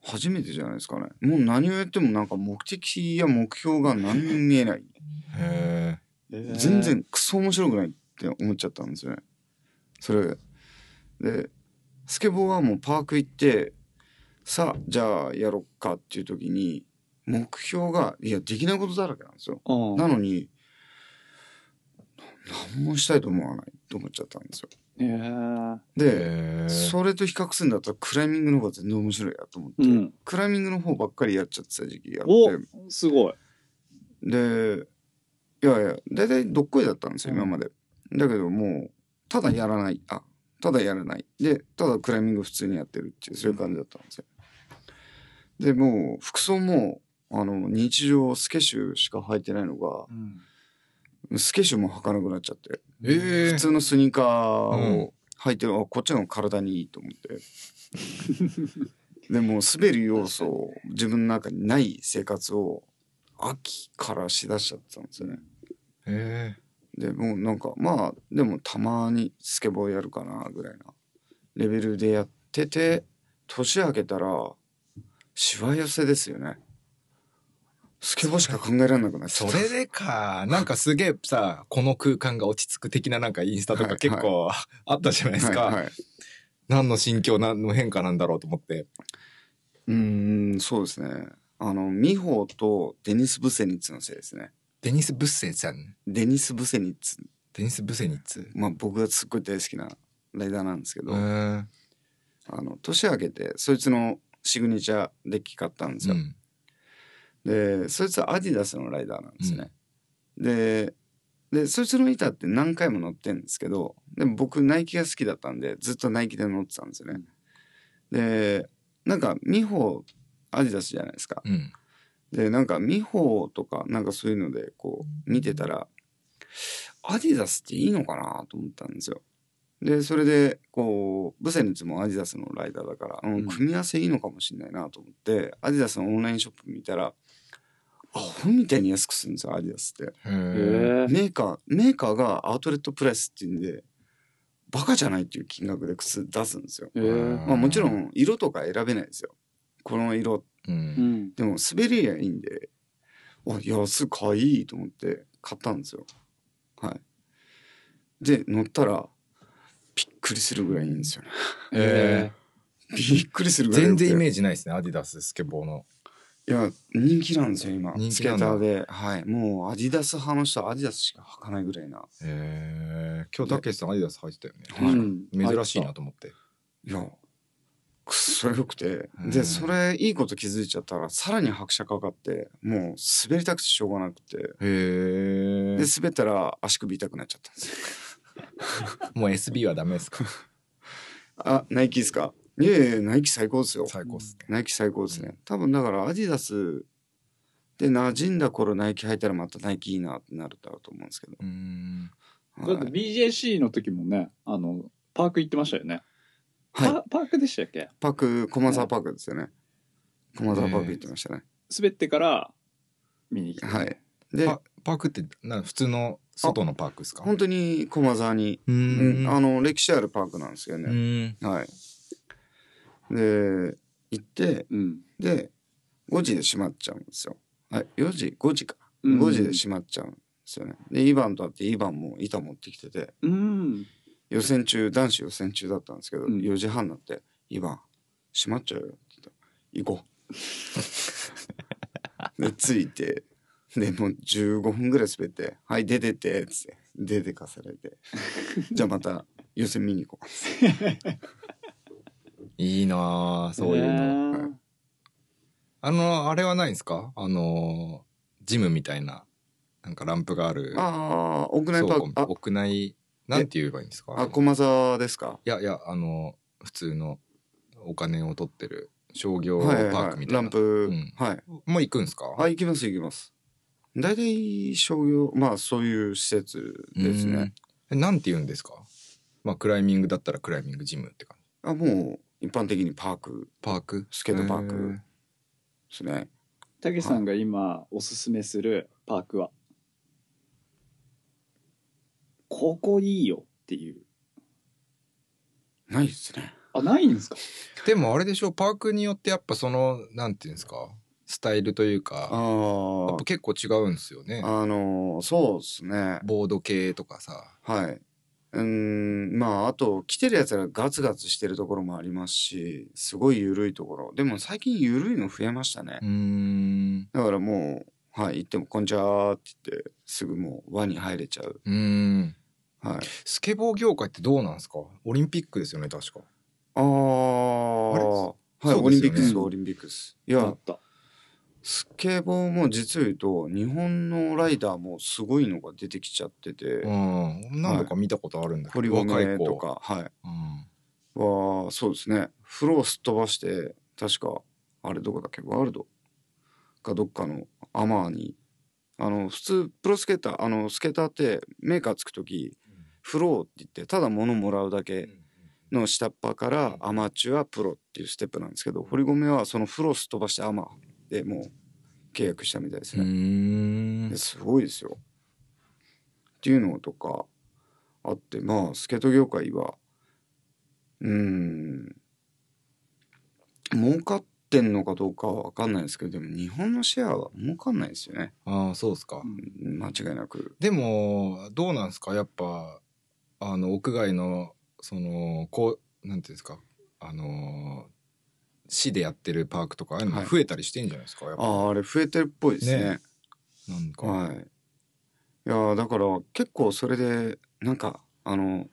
Speaker 3: 初めてじゃないですかね。もう何をやってもなんか目的や目標が何にも見えない。
Speaker 1: へえ。
Speaker 3: 全然クソ面白くないって思っちゃったんですよね。それで。で、スケボーはもうパーク行って、さあ、じゃあやろっかっていう時に、目標が、いや、できないことだらけなんですよ。
Speaker 2: うん。
Speaker 3: なのに、何もしたいと思わないと思っちゃったんですよ。
Speaker 2: へー
Speaker 3: で、
Speaker 1: へえ。
Speaker 3: それと比較するんだったらクライミングの方が全然面白いやと思って、
Speaker 2: うん。
Speaker 3: クライミングの方ばっかりやっちゃってた時期があ
Speaker 2: お
Speaker 3: って、
Speaker 2: すごい。
Speaker 3: で、いやいや、だいたいどっこいだったんですよ、今まで。だけどもう、ただやらない。あ、ただやらない。で、ただクライミング普通にやってるっていう、そういう感じだったんですよ。で、もう、服装も、あの、日常スケシュしか履いてないのが、スケシュも履かなくなっちゃって。
Speaker 1: え
Speaker 3: 普通のスニーカーを履いて、あこっちの方が体にいいと思って。 でもう滑る要素を自分の中にない生活を秋からしだしちゃってたんですよね。
Speaker 1: え。
Speaker 3: でもうなんかまあでもたまにスケボーやるかなぐらいなレベルでやってて年明けたらしわ寄せですよね。スケボーしか考えられなくなっちゃ
Speaker 1: そ
Speaker 3: った
Speaker 1: れでか、なんかすげえさ、この空間が落ち着く的ななんかインスタと
Speaker 3: はい
Speaker 1: か結構、あったじゃないですか。
Speaker 3: はいはい、
Speaker 1: 何の心境、何の変化なんだろうと思って。
Speaker 3: うーん、そうですね。あの、ミホとデニス・ブセニッツのせいですね。
Speaker 1: デニス・ブッセちゃん。
Speaker 3: デニス・ブセニッツ、
Speaker 1: デニス・ブセニッツ。
Speaker 3: まあ僕がすっごい大好きなライダーなんですけ
Speaker 1: う
Speaker 3: ど、
Speaker 1: ーん。
Speaker 3: あの、年明けて、そいつのシグニチャーデッキ買ったんです
Speaker 1: う
Speaker 3: よ。
Speaker 1: ん。
Speaker 3: で、そいつはアディダスのライダーなんですね。で、で、そいつの板って何回も乗ってんですけど、でも僕ナイキが好きだったんで、ずっとナイキで乗ってたんですよね。で、なんか、ミホ、アディダスじゃないですか。
Speaker 1: うん。
Speaker 3: でなんかミホとかなんかそういうのでこう見てたらアディダスっていいのかなと思ったんですよ。でそれでこうブセニッツもアディダスのライダーだから、うん、組み合わせいいのかもしれないなと思って、アディダスのオンラインショップ見たらアホみたいに安くするんですよアディダスって。
Speaker 1: へー
Speaker 2: へえ。
Speaker 3: メーカーメーカーがアウトレットプライスっていうんでバカじゃないっていう金額で靴出すんですよ。
Speaker 2: へえ。
Speaker 3: まあ、もちろ。ん色とか選べないですよ。この色
Speaker 1: う。
Speaker 2: うんん。
Speaker 3: でも滑りがいいんで、あ、安かいいと思って買ったんですよ。はい。で、乗ったら、びっくりするぐらいいいんですよね。
Speaker 1: へ
Speaker 3: びっくりするぐらい
Speaker 1: 全然イメ
Speaker 3: ージ。
Speaker 1: ージないですね、アディダス、スケボーの。
Speaker 3: いや、人気なんですよ、今。
Speaker 1: 人
Speaker 3: ス
Speaker 1: 気
Speaker 3: ケ
Speaker 1: な
Speaker 3: ー
Speaker 1: んだ
Speaker 3: ターで。はい。もう、アディダス派の人はアディダスしか履かないぐらいな。
Speaker 1: へえ。今日、たけしさんアディダス履いてたよね。
Speaker 2: うん
Speaker 1: 珍しいなと思って。
Speaker 3: いや、くっそよくて。
Speaker 1: う
Speaker 3: で、
Speaker 1: ん
Speaker 3: それ、いいこと気づいちゃったら、さらに拍車かかって、もう、滑りたくてしょうがなくて。
Speaker 1: へ
Speaker 3: で、
Speaker 1: え。
Speaker 3: 滑ったら、足首痛くなっちゃったんですよ。
Speaker 1: もう SB はダメですか
Speaker 3: あ、ナイキですかいやいや、ナイキ最高ですよ。
Speaker 1: 最高っすね。
Speaker 3: ナイキ最高ですね。多分だからアディダスで馴染んだ頃ナイキ履いたらまたナイキいいなってなるだろうと思うんですけど。
Speaker 1: うーん。
Speaker 2: だって
Speaker 3: はい
Speaker 2: BJC の時もね、あの、パーク行ってましたよね。
Speaker 3: はい。
Speaker 2: パパークでしたっけ
Speaker 3: パーク、駒沢パークですよね。駒沢パーク行ってましたね。
Speaker 2: 滑ってから見に来た。
Speaker 3: はい。で
Speaker 1: パ、パークって、な普通の外のパークですか
Speaker 3: 本当に駒沢に、
Speaker 1: う
Speaker 3: うんん、あの、歴史あるパークなんですよ
Speaker 1: う
Speaker 3: ね。
Speaker 1: ん。
Speaker 3: はい。で、行って、
Speaker 2: うん。
Speaker 3: で、5時で閉まっちゃうんですよ。はい、4時 ?5 時か。
Speaker 2: うん
Speaker 3: 5時で閉まっちゃうんですよね。で、イバンとあって、イバンも板持ってきてて、
Speaker 2: うん。
Speaker 3: 予選中、男子予選中だったんですけど、
Speaker 2: うん
Speaker 3: 4時半になって、イバン、閉まっちゃうよって言ったら行こう。で、着いて、で、もう15分ぐらい滑って、はい、出てって、つって、出てかされて、じゃあまた予選見に行こう。
Speaker 1: いいなあそういうの。
Speaker 2: の。
Speaker 1: あの、あれはないんですかあの、ジムみたいな、なんかランプがある。
Speaker 3: ああ、屋
Speaker 1: 倉
Speaker 3: 内パ
Speaker 1: 庫
Speaker 3: ー
Speaker 1: み
Speaker 3: ク、
Speaker 1: たい
Speaker 3: あ
Speaker 1: な、屋内、なんて言えばいいんですか
Speaker 3: あ、駒沢ですか
Speaker 1: いやいや、あの、普通のお金を取ってる商業パ
Speaker 3: はいはい
Speaker 1: ー
Speaker 3: は
Speaker 1: クみ
Speaker 3: い、
Speaker 1: た
Speaker 3: ラ
Speaker 1: い
Speaker 3: ン
Speaker 1: な。
Speaker 3: プ、
Speaker 1: うん
Speaker 3: はい
Speaker 1: もう行くんですか
Speaker 3: あ行きます行きます大体商業まあそういう施設ですね。
Speaker 1: うんえなんて言うんですかまあ、クライミングだったらクライミングジムって感じ。
Speaker 3: あもう一般的にパーク
Speaker 1: パーク
Speaker 3: スケートパーク。ですね
Speaker 2: たけしさんが今おすすめするパークはここいいよっていう。
Speaker 3: ないですね。
Speaker 2: あ、ないんですか
Speaker 1: でもあれでしょパークによってやっぱそのなんていうんですかスタイルという
Speaker 3: あ
Speaker 1: かや
Speaker 3: あ
Speaker 1: っぱ。結構違うんですよね
Speaker 3: あのー、そうですね。
Speaker 1: ボード系とかさ
Speaker 3: はい。うーん、まあ、あと、来てるやつらガツガツしてるところもありますし、すごい緩いところ。でも最近緩いの増えましたね
Speaker 1: う。ーん
Speaker 3: だからもう、はい、行っても、こんにちはって言って、すぐもう輪に入れちゃう。
Speaker 1: うーん
Speaker 3: はい。
Speaker 1: スケボー業界ってどうなんですかオリンピックですよね確か
Speaker 3: ああ。
Speaker 1: あれ
Speaker 3: はい、
Speaker 1: そう
Speaker 3: オ
Speaker 1: で
Speaker 3: リ
Speaker 1: すよね
Speaker 3: ンピックス、オリンピックス。い
Speaker 2: だ
Speaker 3: や
Speaker 2: っ、た。
Speaker 3: スケボーも実を言うと、日本のライダーもすごいのが出てきちゃってて
Speaker 1: う、ん何度か見たことあるんだけ
Speaker 3: 堀
Speaker 1: ど、
Speaker 3: 米とか、は
Speaker 1: う
Speaker 3: い。
Speaker 1: ん
Speaker 3: はそうですねフローすっ飛ばして確かあれどこだっけワールドかどっかのアマーにあの普通プロスケーターあのスケーターってメーカーつく時フローって言ってただ物もらうだけの下っ端からアマチュアプロっていうステップなんですけど堀米はそのフローすっ飛ばしてアマでもう契約したみたいです
Speaker 1: うー
Speaker 3: ね。
Speaker 1: ん
Speaker 3: ですごいですよ。っていうのとかあってまあスケート業界はうーん儲かってんのかどうかは分かんないですけどでも日本のシェアは儲かんないですよね
Speaker 1: ああそうですか
Speaker 3: 間違いなく。
Speaker 1: でもどうなんですかやっぱあの屋外のそのこうなんていうんですかあの市でやってるパークとかああいうのも
Speaker 3: はい
Speaker 1: 増えたりしてんじゃないですか、やっぱ
Speaker 3: あああれ増えてるっぽいですね。
Speaker 1: ねなんか、
Speaker 3: はい。いやーだから結構それでなんかあの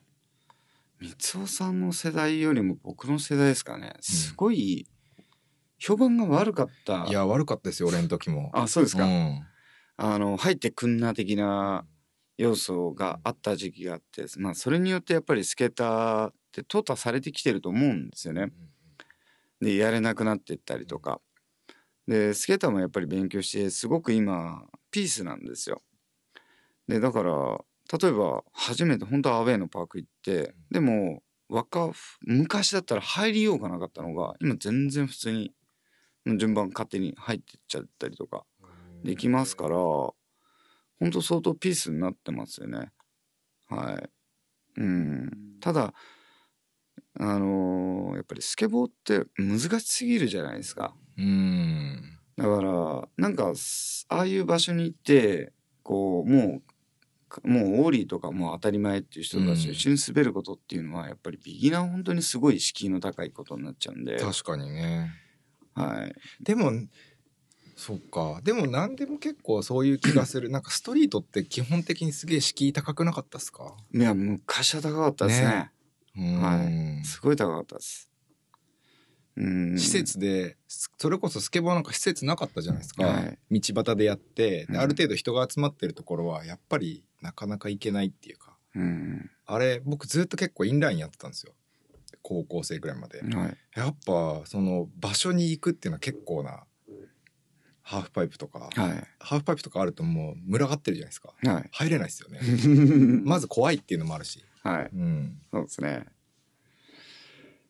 Speaker 3: 三尾さんの世代よりも僕の世代ですかねすごい評判が悪かった。
Speaker 1: い、や悪かったですよ俺の時も
Speaker 3: あそうですか。
Speaker 1: うん
Speaker 3: あの入ってくんな的な要素があった時期があって、まあ、それによってやっぱりスケーターって淘汰されてきてると思うんですよね。でやれなくなってったりとかでスケーターもやっぱり勉強してすごく今ピースなんですよ。でだから例えば初めて本当アウェーのパーク行ってでも若昔だったら入りようがなかったのが今全然普通に順番勝手に入ってっちゃったりとかできますから本当相当ピースになってますよね。はい、うん、ただあのーやっぱりスケボーって難しすぎるじゃないですか。
Speaker 1: うん
Speaker 3: だからなんかすああいう場所に行ってこうもうかもうオーリーとかもう当たり前っていう人たちと一緒に滑ることっていうのはやっぱりビギナーは本当にすごい敷居の高いことになっちゃうんで、
Speaker 1: 確かにね
Speaker 3: はい、
Speaker 1: でもそっかでも何でも結構そういう気がするなんかストリートって基本的にすげえ敷居高くなかったっすか
Speaker 3: いや昔は高かったですね
Speaker 1: ねうん、
Speaker 3: はすごい高かったですうん
Speaker 1: 施設でそれこそスケボーなんか施設なかったじゃないですか、
Speaker 3: はい
Speaker 1: 道端でやってで
Speaker 3: うん
Speaker 1: ある程度人が集まってるところはやっぱりなかなか行けないっていうか
Speaker 3: うん
Speaker 1: あれ僕ずっと結構インラインやってたんですよ高校生ぐらいまで、
Speaker 3: はい
Speaker 1: やっぱその場所に行くっていうのは結構なハーフパイプとか、
Speaker 3: はい
Speaker 1: ハーフパイプとかあるともう群がってるじゃないですか
Speaker 3: は い
Speaker 1: 入れないです よねまず怖いっていうのもあるし、
Speaker 3: はい
Speaker 1: うん、
Speaker 3: そうですね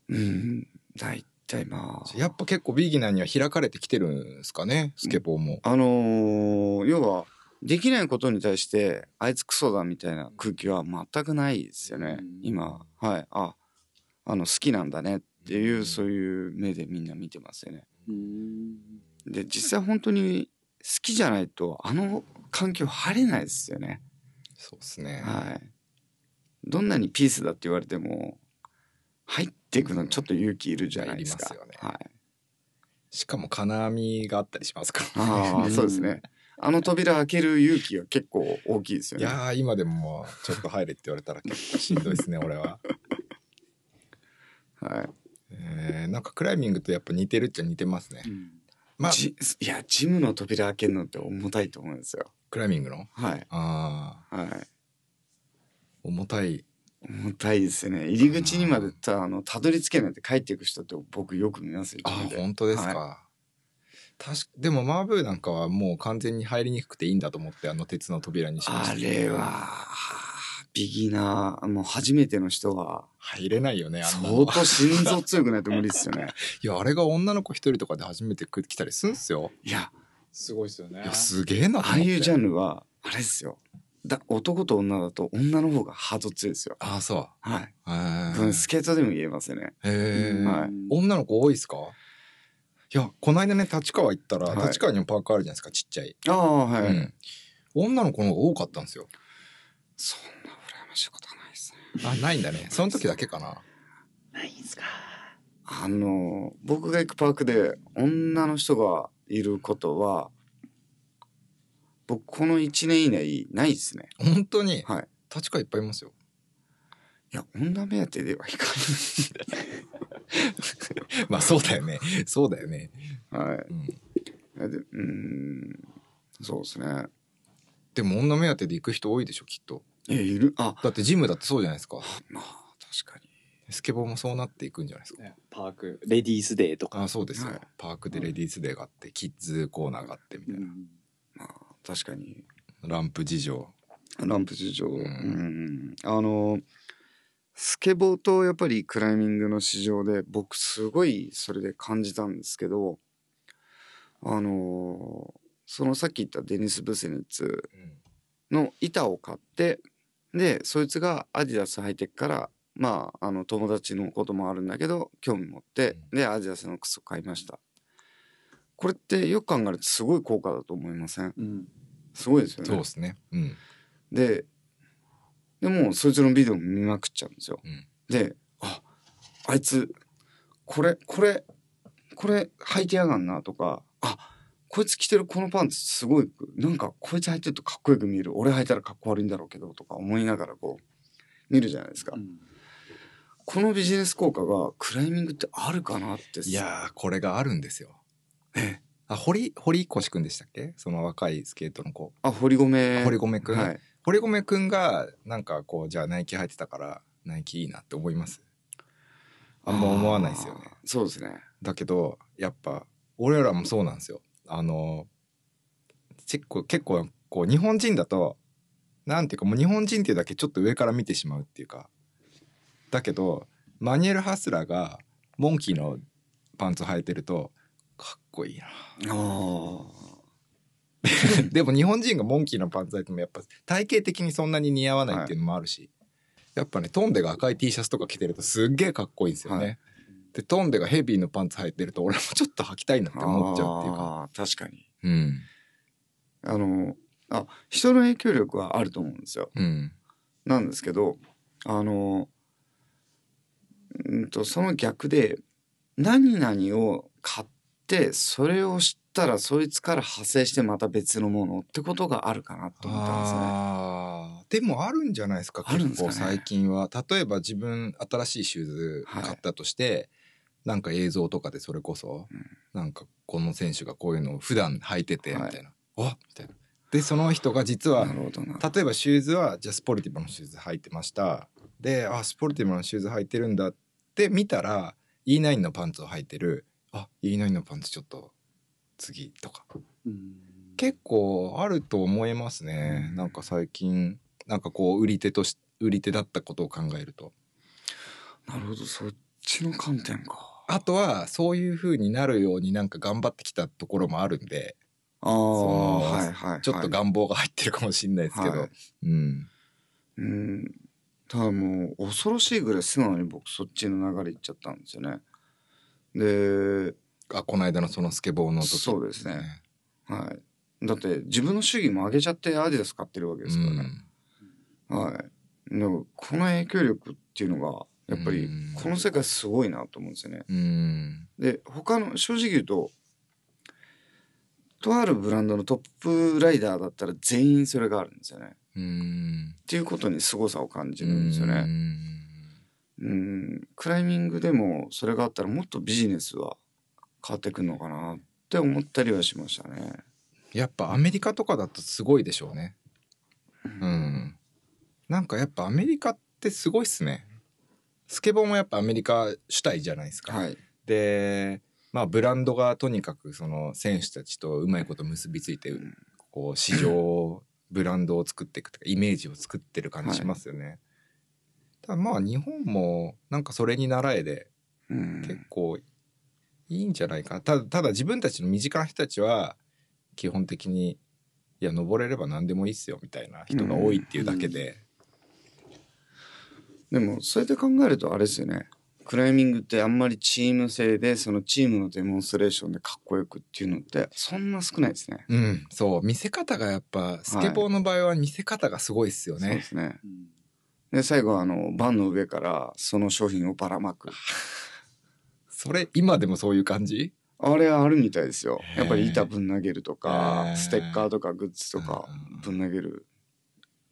Speaker 3: うん大体まあ
Speaker 1: やっぱ結構ビギナーには開かれてきてるんですかねスケボーも、
Speaker 3: あのー要はできないことに対してあいつクソだみたいな空気は全くないですよね
Speaker 2: うん
Speaker 3: 今はいああの好きなんだねっていううんそういう目でみんな見てますよね
Speaker 2: うーん。
Speaker 3: で実際本当に好きじゃないとあの環境入れないですよね
Speaker 1: そうですね、
Speaker 3: はいどんなにピースだって言われても入っていくのちょっと勇気いるじゃないです
Speaker 1: い
Speaker 3: か
Speaker 1: りますよね
Speaker 3: はい
Speaker 1: しかも金網があったりしますからね、
Speaker 3: ああそうですねあの扉開ける勇気が結構大きいですよ
Speaker 1: い
Speaker 3: ね
Speaker 1: やー今でももうちょっと入れって言われたら結構しんどいですね俺は、
Speaker 3: はい
Speaker 1: えー、なんかクライミングとやっぱ似てるっちゃ似てますねまあ
Speaker 3: ジいやジムの扉開けるのって重たいと思うんですよ
Speaker 1: クライミングの
Speaker 3: はい
Speaker 1: ああ
Speaker 3: はい
Speaker 1: 重たい
Speaker 3: 重たいですよね入り口にまでたあのたどり着けないって帰っていく人って僕よく見ますよ
Speaker 1: あ
Speaker 3: 自分
Speaker 1: 本当ですか、
Speaker 3: は
Speaker 1: 確かでもマーブーなんかはもう完全に入りにくくていいんだと思ってあの鉄の扉にしました
Speaker 3: あれはビギナーもう初めての人は
Speaker 1: 入れないよねあんなの
Speaker 3: 相当心臓強くないと無理ですよ ね
Speaker 1: いやあれが女の子一人とかで初めて来たりするんすよ
Speaker 3: いや
Speaker 2: すごいですよね
Speaker 1: いやすげえなと
Speaker 3: あ
Speaker 1: 思っ
Speaker 3: あ
Speaker 1: て
Speaker 3: いうジャンルはあれですよだ男と女だと女の方がハード強いですよ。
Speaker 1: ああ、そ
Speaker 3: はい。
Speaker 1: う。へえ
Speaker 3: これスケートでも言えますよね。
Speaker 1: へえ。
Speaker 3: はい
Speaker 1: 女の子多いですかいや、この間ね、立川行ったら、
Speaker 3: はい
Speaker 1: 立川にもパークあるじゃないですか、ちっちゃい。
Speaker 3: ああ、は
Speaker 1: う
Speaker 3: い。
Speaker 1: ん。女の子の方が多かったんですよ。
Speaker 3: そんな羨ましいことはないですね。
Speaker 1: あ、ないんだね。その時だけかな。
Speaker 3: あの、僕が行くパークで女の人がいることは、僕この1年以内ないですね。
Speaker 1: 本当に、
Speaker 3: はい。
Speaker 1: 立川いっぱいいますよ。
Speaker 3: いや、女目当てではいか
Speaker 1: まあ、そうだよね。そうだよね。
Speaker 3: ない。はい。
Speaker 1: うん。
Speaker 3: でうーん。そうですね。
Speaker 1: でも、女目当てで行く人多いでしょ、きっと。
Speaker 3: え、いるあ、
Speaker 1: だって、ジムだってそうじゃないですか。
Speaker 3: まあ、確かに。
Speaker 1: スケボーもそうなっていくんじゃないですか。
Speaker 2: ねパーク、レディースデーとか。
Speaker 1: あそうですよ、
Speaker 3: はい
Speaker 1: パークでレディースデーがあって、キッズコーナーがあってみたいな、
Speaker 3: まあ、確かに。
Speaker 1: ランプ事情
Speaker 3: ランプ事情。
Speaker 1: ん
Speaker 3: うん。あの、スケボーとやっぱりクライミングの市場で僕すごいそれで感じたんですけど、あの、そのさっき言ったデニス・ブセネッツの板を買って、で、そいつがアディダス履いてっから、まあ、あの、友達のこともあるんだけど、興味持って、で、アディダスの靴を買いました。これってよく考えるとすごい効果だと思いません
Speaker 2: うん。
Speaker 3: すごいですよね。
Speaker 1: そうですねうん
Speaker 3: で、でも、そいつのビデオ見まくっちゃうんですよ。
Speaker 1: うん
Speaker 3: で、あ、あいつ、これ、これ、これ履いてやがんなとか、あ、こいつ着てるこのパンツすごい、なんかこいつ履いてるとかっこよく見える。俺履いたらかっこ悪いんだろうけど、とか思いながらこう、見るじゃないですか。
Speaker 2: うん
Speaker 3: このビジネス効果がクライミングってあるかなって。
Speaker 1: いやーこれがあるんですよあ堀堀越くんでしたっけその若いスケートの子
Speaker 3: あ、堀米。
Speaker 1: 堀米くん、
Speaker 3: はい。
Speaker 1: 堀米くんがなんかこうじゃあナイキ履いてたからナイキいいなって思いますあんま思わないですよね
Speaker 3: あー。そうですね。
Speaker 1: だけどやっぱ俺らもそうなんですよあの結構結構こう日本人だとなんていうかもう日本人っていうだけちょっと上から見てしまうっていうかだけどマニュエル・ハスラーがモンキーのパンツ履いてるとかっこいいな
Speaker 3: ああ。
Speaker 1: でも日本人がモンキーのパンツ履いてもやっぱ体型的にそんなに似合わないっていうのもあるし、やっぱねトンデが赤い T シャツとか着てるとすっげえかっこいいんですよね、
Speaker 3: は
Speaker 1: でトンデがヘビーのパンツ履いてると俺もちょっと履きたいなって思っちゃうっていうか
Speaker 3: あー確かに。
Speaker 1: うん。
Speaker 3: あの、あ、人の影響力はあると思うんですよ。
Speaker 1: うん。
Speaker 3: なんですけど、あの、うんと、その逆で、何々を買って、それを知ったら、そいつから派生してまた別のものってことがあるかなと思ったんですよね。
Speaker 1: ああ、でもあるんじゃないですか、
Speaker 3: あるんで
Speaker 1: 結
Speaker 3: すか
Speaker 1: 構
Speaker 3: ね
Speaker 1: 最近は。例えば自分新しいシューズ
Speaker 3: はい
Speaker 1: 買ったとして、なんか映像とかでそれこそ、
Speaker 3: うん
Speaker 1: なんかこの選手がこういうのを普段履いてて、み
Speaker 3: はい
Speaker 1: たいな。あみたいな。で、その人が実は
Speaker 3: な、るほどな。
Speaker 1: 例えばシューズは、じゃあスポルティバのシューズ履いてました。で、あ、スポルティバのシューズ履いてるんだって見たら、E9 のパンツを履いてる。あ、E9 のパンツちょっと、次とか。
Speaker 2: うん
Speaker 1: 結構あると思いますね、なんか最近なんかこう売り手とし売り手だったことを考えると
Speaker 3: なるほど、そっちの観点か。
Speaker 1: あとはそういう風になるようになんか頑張ってきたところもあるんで
Speaker 3: あ
Speaker 1: の
Speaker 3: あ、はいはい。
Speaker 1: ちょっと
Speaker 3: が
Speaker 1: 願望が入ってるかもしれないですけど、
Speaker 3: はい
Speaker 1: うん
Speaker 3: うん。ただもう恐ろしいぐらい素直に僕そっちの流れ行っちゃったんですよね。で、
Speaker 1: あこの間のそのスケボーの時
Speaker 3: そうですね。はい。だって自分の主義も上げちゃってアディダス買ってるわけですからね。はい。でもこの影響力っていうのが、やっぱり
Speaker 1: うん
Speaker 3: この世界すごいなと思うんですよね。
Speaker 1: うんうん
Speaker 3: で、他の、正直言うと、とあるブランドのトップライダーだったら全員それがあるんですよね。
Speaker 1: うん
Speaker 3: っていうことに凄さを感じるんですよね。うん。クライミングでもそれがあったらもっとビジネスは変わってくるのかなって思ったりはしましたね。
Speaker 1: やっぱアメリカとかだとすごいでしょうねうんなんかやっぱアメリカってすごいっすねスケボーもやっぱアメリカ主体じゃないですか、
Speaker 3: はい。
Speaker 1: でまあブランドがとにかくその選手たちとうまいこと結びついて
Speaker 3: うん
Speaker 1: こう市場をブランドを作っていくとかイメージを作ってる感じしますよね、ただまあ日本もなんかそれに習えで
Speaker 3: うん。
Speaker 1: 結構いいんじゃないかなただただ自分たちの身近な人たちは基本的にいや登れれば何でもいいっすよみたいな人が多いっていうだけで、
Speaker 3: でもそうやって考えるとあれですよねクライミングってあんまりチーム制でそのチームのデモンストレーションでかっこよくっていうのってそんな少ないですね。
Speaker 1: うんそう見せ方がやっぱスケボーの場合は見せ方がすごいっすよ
Speaker 3: そうで
Speaker 1: ね、
Speaker 3: すね。で最後はあのバンの上からその商品をばらまく
Speaker 1: それ今でもそういう感じ
Speaker 3: あれあるみたいですよ。
Speaker 1: へー
Speaker 3: やっぱり板ぶん投げると
Speaker 1: へー
Speaker 3: かステッカーとかグッズとかぶん投げる。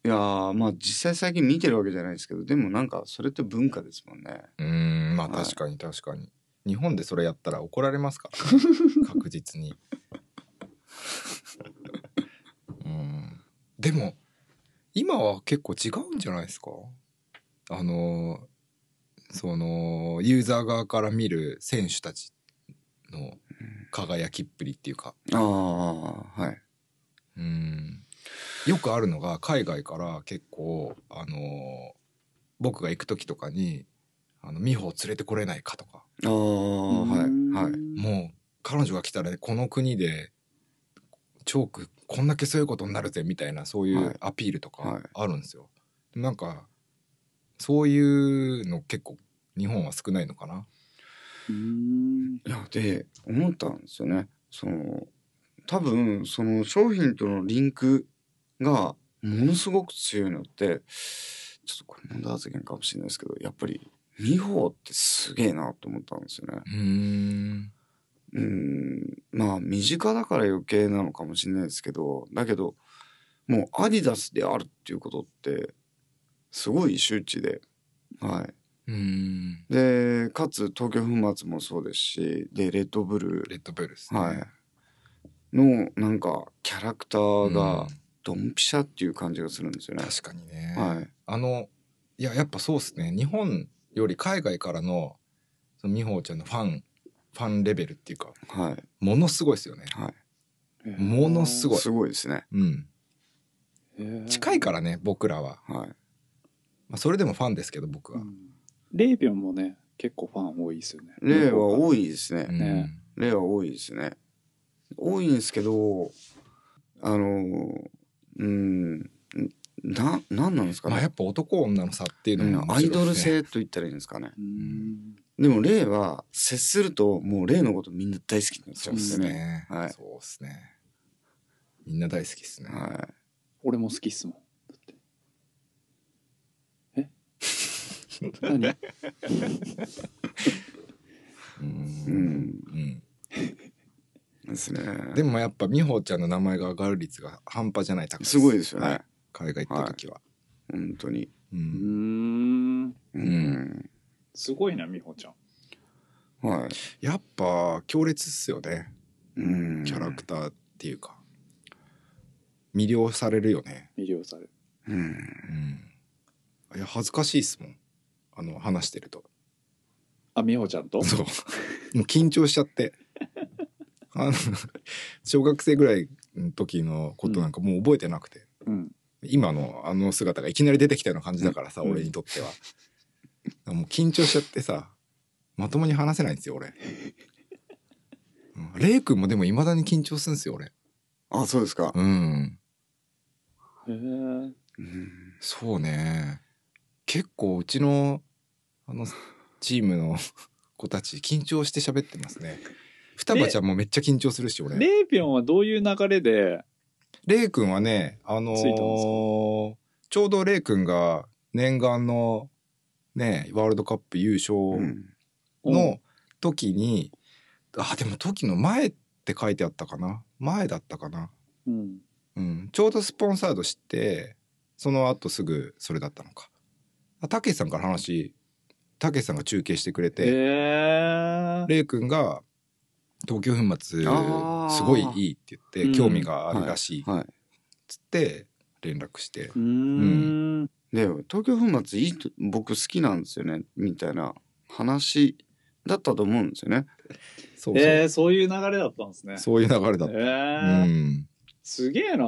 Speaker 3: いやーまあ実際最近見てるわけじゃないですけどでもなんかそれって文化ですもんね。
Speaker 1: うんまあ
Speaker 3: はい
Speaker 1: 確かに確かに、日本でそれやったら怒られますから、 確実にうんでも今は結構違うんじゃないですかあのそのユーザー側から見る選手たちの輝きっぷりっていうか
Speaker 3: ああはい。
Speaker 1: うんよくあるのが海外から結構あの僕が行く時とかに「あの美穂を連れてこれないか」とか
Speaker 3: ああはいはい。
Speaker 1: もう彼女が来たらこの国でチョークこんだけそういうことになるぜみたいなそうい
Speaker 3: は
Speaker 1: う
Speaker 3: い
Speaker 1: アピールとか
Speaker 3: はい
Speaker 1: あるんですよ。なんかそういうの結構日本は少ないのかな。
Speaker 2: うん
Speaker 3: いやで思ったんですよねその多分その商品とのリンクがものすごく強いのってちょっとこれ問題発言かもしれないですけどやっぱり美穂ってすげえなと思ったんですよね。
Speaker 1: うん
Speaker 3: うんまあ身近だから余計なのかもしれないですけどだけどもうアディダスであるっていうことってすごい周知で、は
Speaker 1: うん
Speaker 3: い、でかつ東京粉末もそうですしでレッドブル
Speaker 1: レッドブルですね。
Speaker 3: はい。の、なんか、キャラクター
Speaker 1: う
Speaker 3: が
Speaker 1: ん、
Speaker 3: ドンピシャっていう感じがするんですよね。
Speaker 1: 確かにね。
Speaker 3: はい。
Speaker 1: あのいややっぱそうですね日本より海外からのその美穂ちゃんのファンファンレベルっていうか
Speaker 3: はい。
Speaker 1: ものすごいですよね
Speaker 3: は
Speaker 1: ものすご
Speaker 3: い。
Speaker 1: い、
Speaker 3: すごいですね。
Speaker 1: うん、近い
Speaker 2: か
Speaker 1: からね僕らは、
Speaker 3: はい。
Speaker 1: まあ、それでもファンですけど僕は、
Speaker 2: レイビョンもね結構ファン多いですよね
Speaker 3: 例は
Speaker 2: いう
Speaker 3: 多いです
Speaker 1: う
Speaker 3: ね。
Speaker 1: ん
Speaker 2: ね
Speaker 3: 例は多いですね。多いんですけど、あの、うん、な、なんなんですか
Speaker 1: まあ、や
Speaker 3: ね
Speaker 1: っ。ぱ男女の差っていう
Speaker 3: う
Speaker 1: のも
Speaker 3: ん
Speaker 1: 面
Speaker 3: ア
Speaker 1: 白い
Speaker 3: イ
Speaker 1: ですね、
Speaker 3: ドル性と言ったらいいんですかね。
Speaker 2: うん
Speaker 3: でも、例は、接すると、もう例のことみんな大好きになっち
Speaker 1: そ
Speaker 3: ゃ
Speaker 1: う
Speaker 3: うん
Speaker 1: で
Speaker 3: です
Speaker 1: す
Speaker 3: よね。
Speaker 1: ね、
Speaker 3: はい
Speaker 1: そうですねみんな大好きですね、
Speaker 3: は
Speaker 2: 俺も好きっすもんだってえ 何
Speaker 1: う
Speaker 3: い。うんん。
Speaker 1: うん
Speaker 3: ですね。
Speaker 1: でもやっぱ美穂ちゃんの名前が上がる率が半端じゃない高
Speaker 3: すごいですよね
Speaker 1: は海外行った時は、
Speaker 3: 本当に。
Speaker 2: う
Speaker 1: う
Speaker 2: んん
Speaker 3: うん。
Speaker 2: すごいな美穂ちゃん
Speaker 3: はい。
Speaker 1: やっぱ強烈っすよね
Speaker 3: うん
Speaker 1: キャラクターっていうか、魅了されるよね、
Speaker 2: 魅了される
Speaker 3: うん
Speaker 1: いや恥ずかしいっすもんあの話してると
Speaker 2: あ美穂ちゃんと
Speaker 1: そうもう緊張しちゃってあの小学生ぐらいの時のことなんかもう覚えてなくて、
Speaker 2: うん
Speaker 1: 今のあの姿がいきなり出てきたような感じだからさ、
Speaker 2: うん
Speaker 1: 俺にとってはもう緊張しちゃってさまともに話せないんですよ俺うんレイ君もでもいまだに緊張するんですよ俺
Speaker 3: あ、そうですか。
Speaker 1: うん
Speaker 2: へえ
Speaker 3: うん
Speaker 1: そうね結構うちのあのチームの子たち緊張して喋ってますね双葉ちゃんもめっちゃ緊張するし俺レ
Speaker 2: レイピョンはどういう流れで
Speaker 1: イ君はねあのー
Speaker 2: ついたんですか
Speaker 1: ちょうどレイ君が念願のねワールドカップ優
Speaker 3: う
Speaker 1: 勝
Speaker 3: ん
Speaker 1: の時に、あでも時の前って書いてあったかな前だったかな
Speaker 2: うん
Speaker 1: うん、ちょうどスポンサードしてその後すぐそれだったのかあたけしさんから話たけしさんが中継してくれ
Speaker 2: へ
Speaker 1: て
Speaker 2: え
Speaker 1: れいくんが「東京粉末
Speaker 3: あー
Speaker 1: すごいいい」って言って、
Speaker 2: うん
Speaker 1: 興味があるらしいっ
Speaker 3: は
Speaker 1: つって連絡して、
Speaker 2: うーん
Speaker 3: い。で、東京粉末いいと、僕好きなんですよね、みたいな話だったと思うんですよね。
Speaker 1: そうそう、
Speaker 2: えーそういう流れだったんですね
Speaker 1: そういう流れだった、
Speaker 2: えー
Speaker 1: うん
Speaker 2: すげえな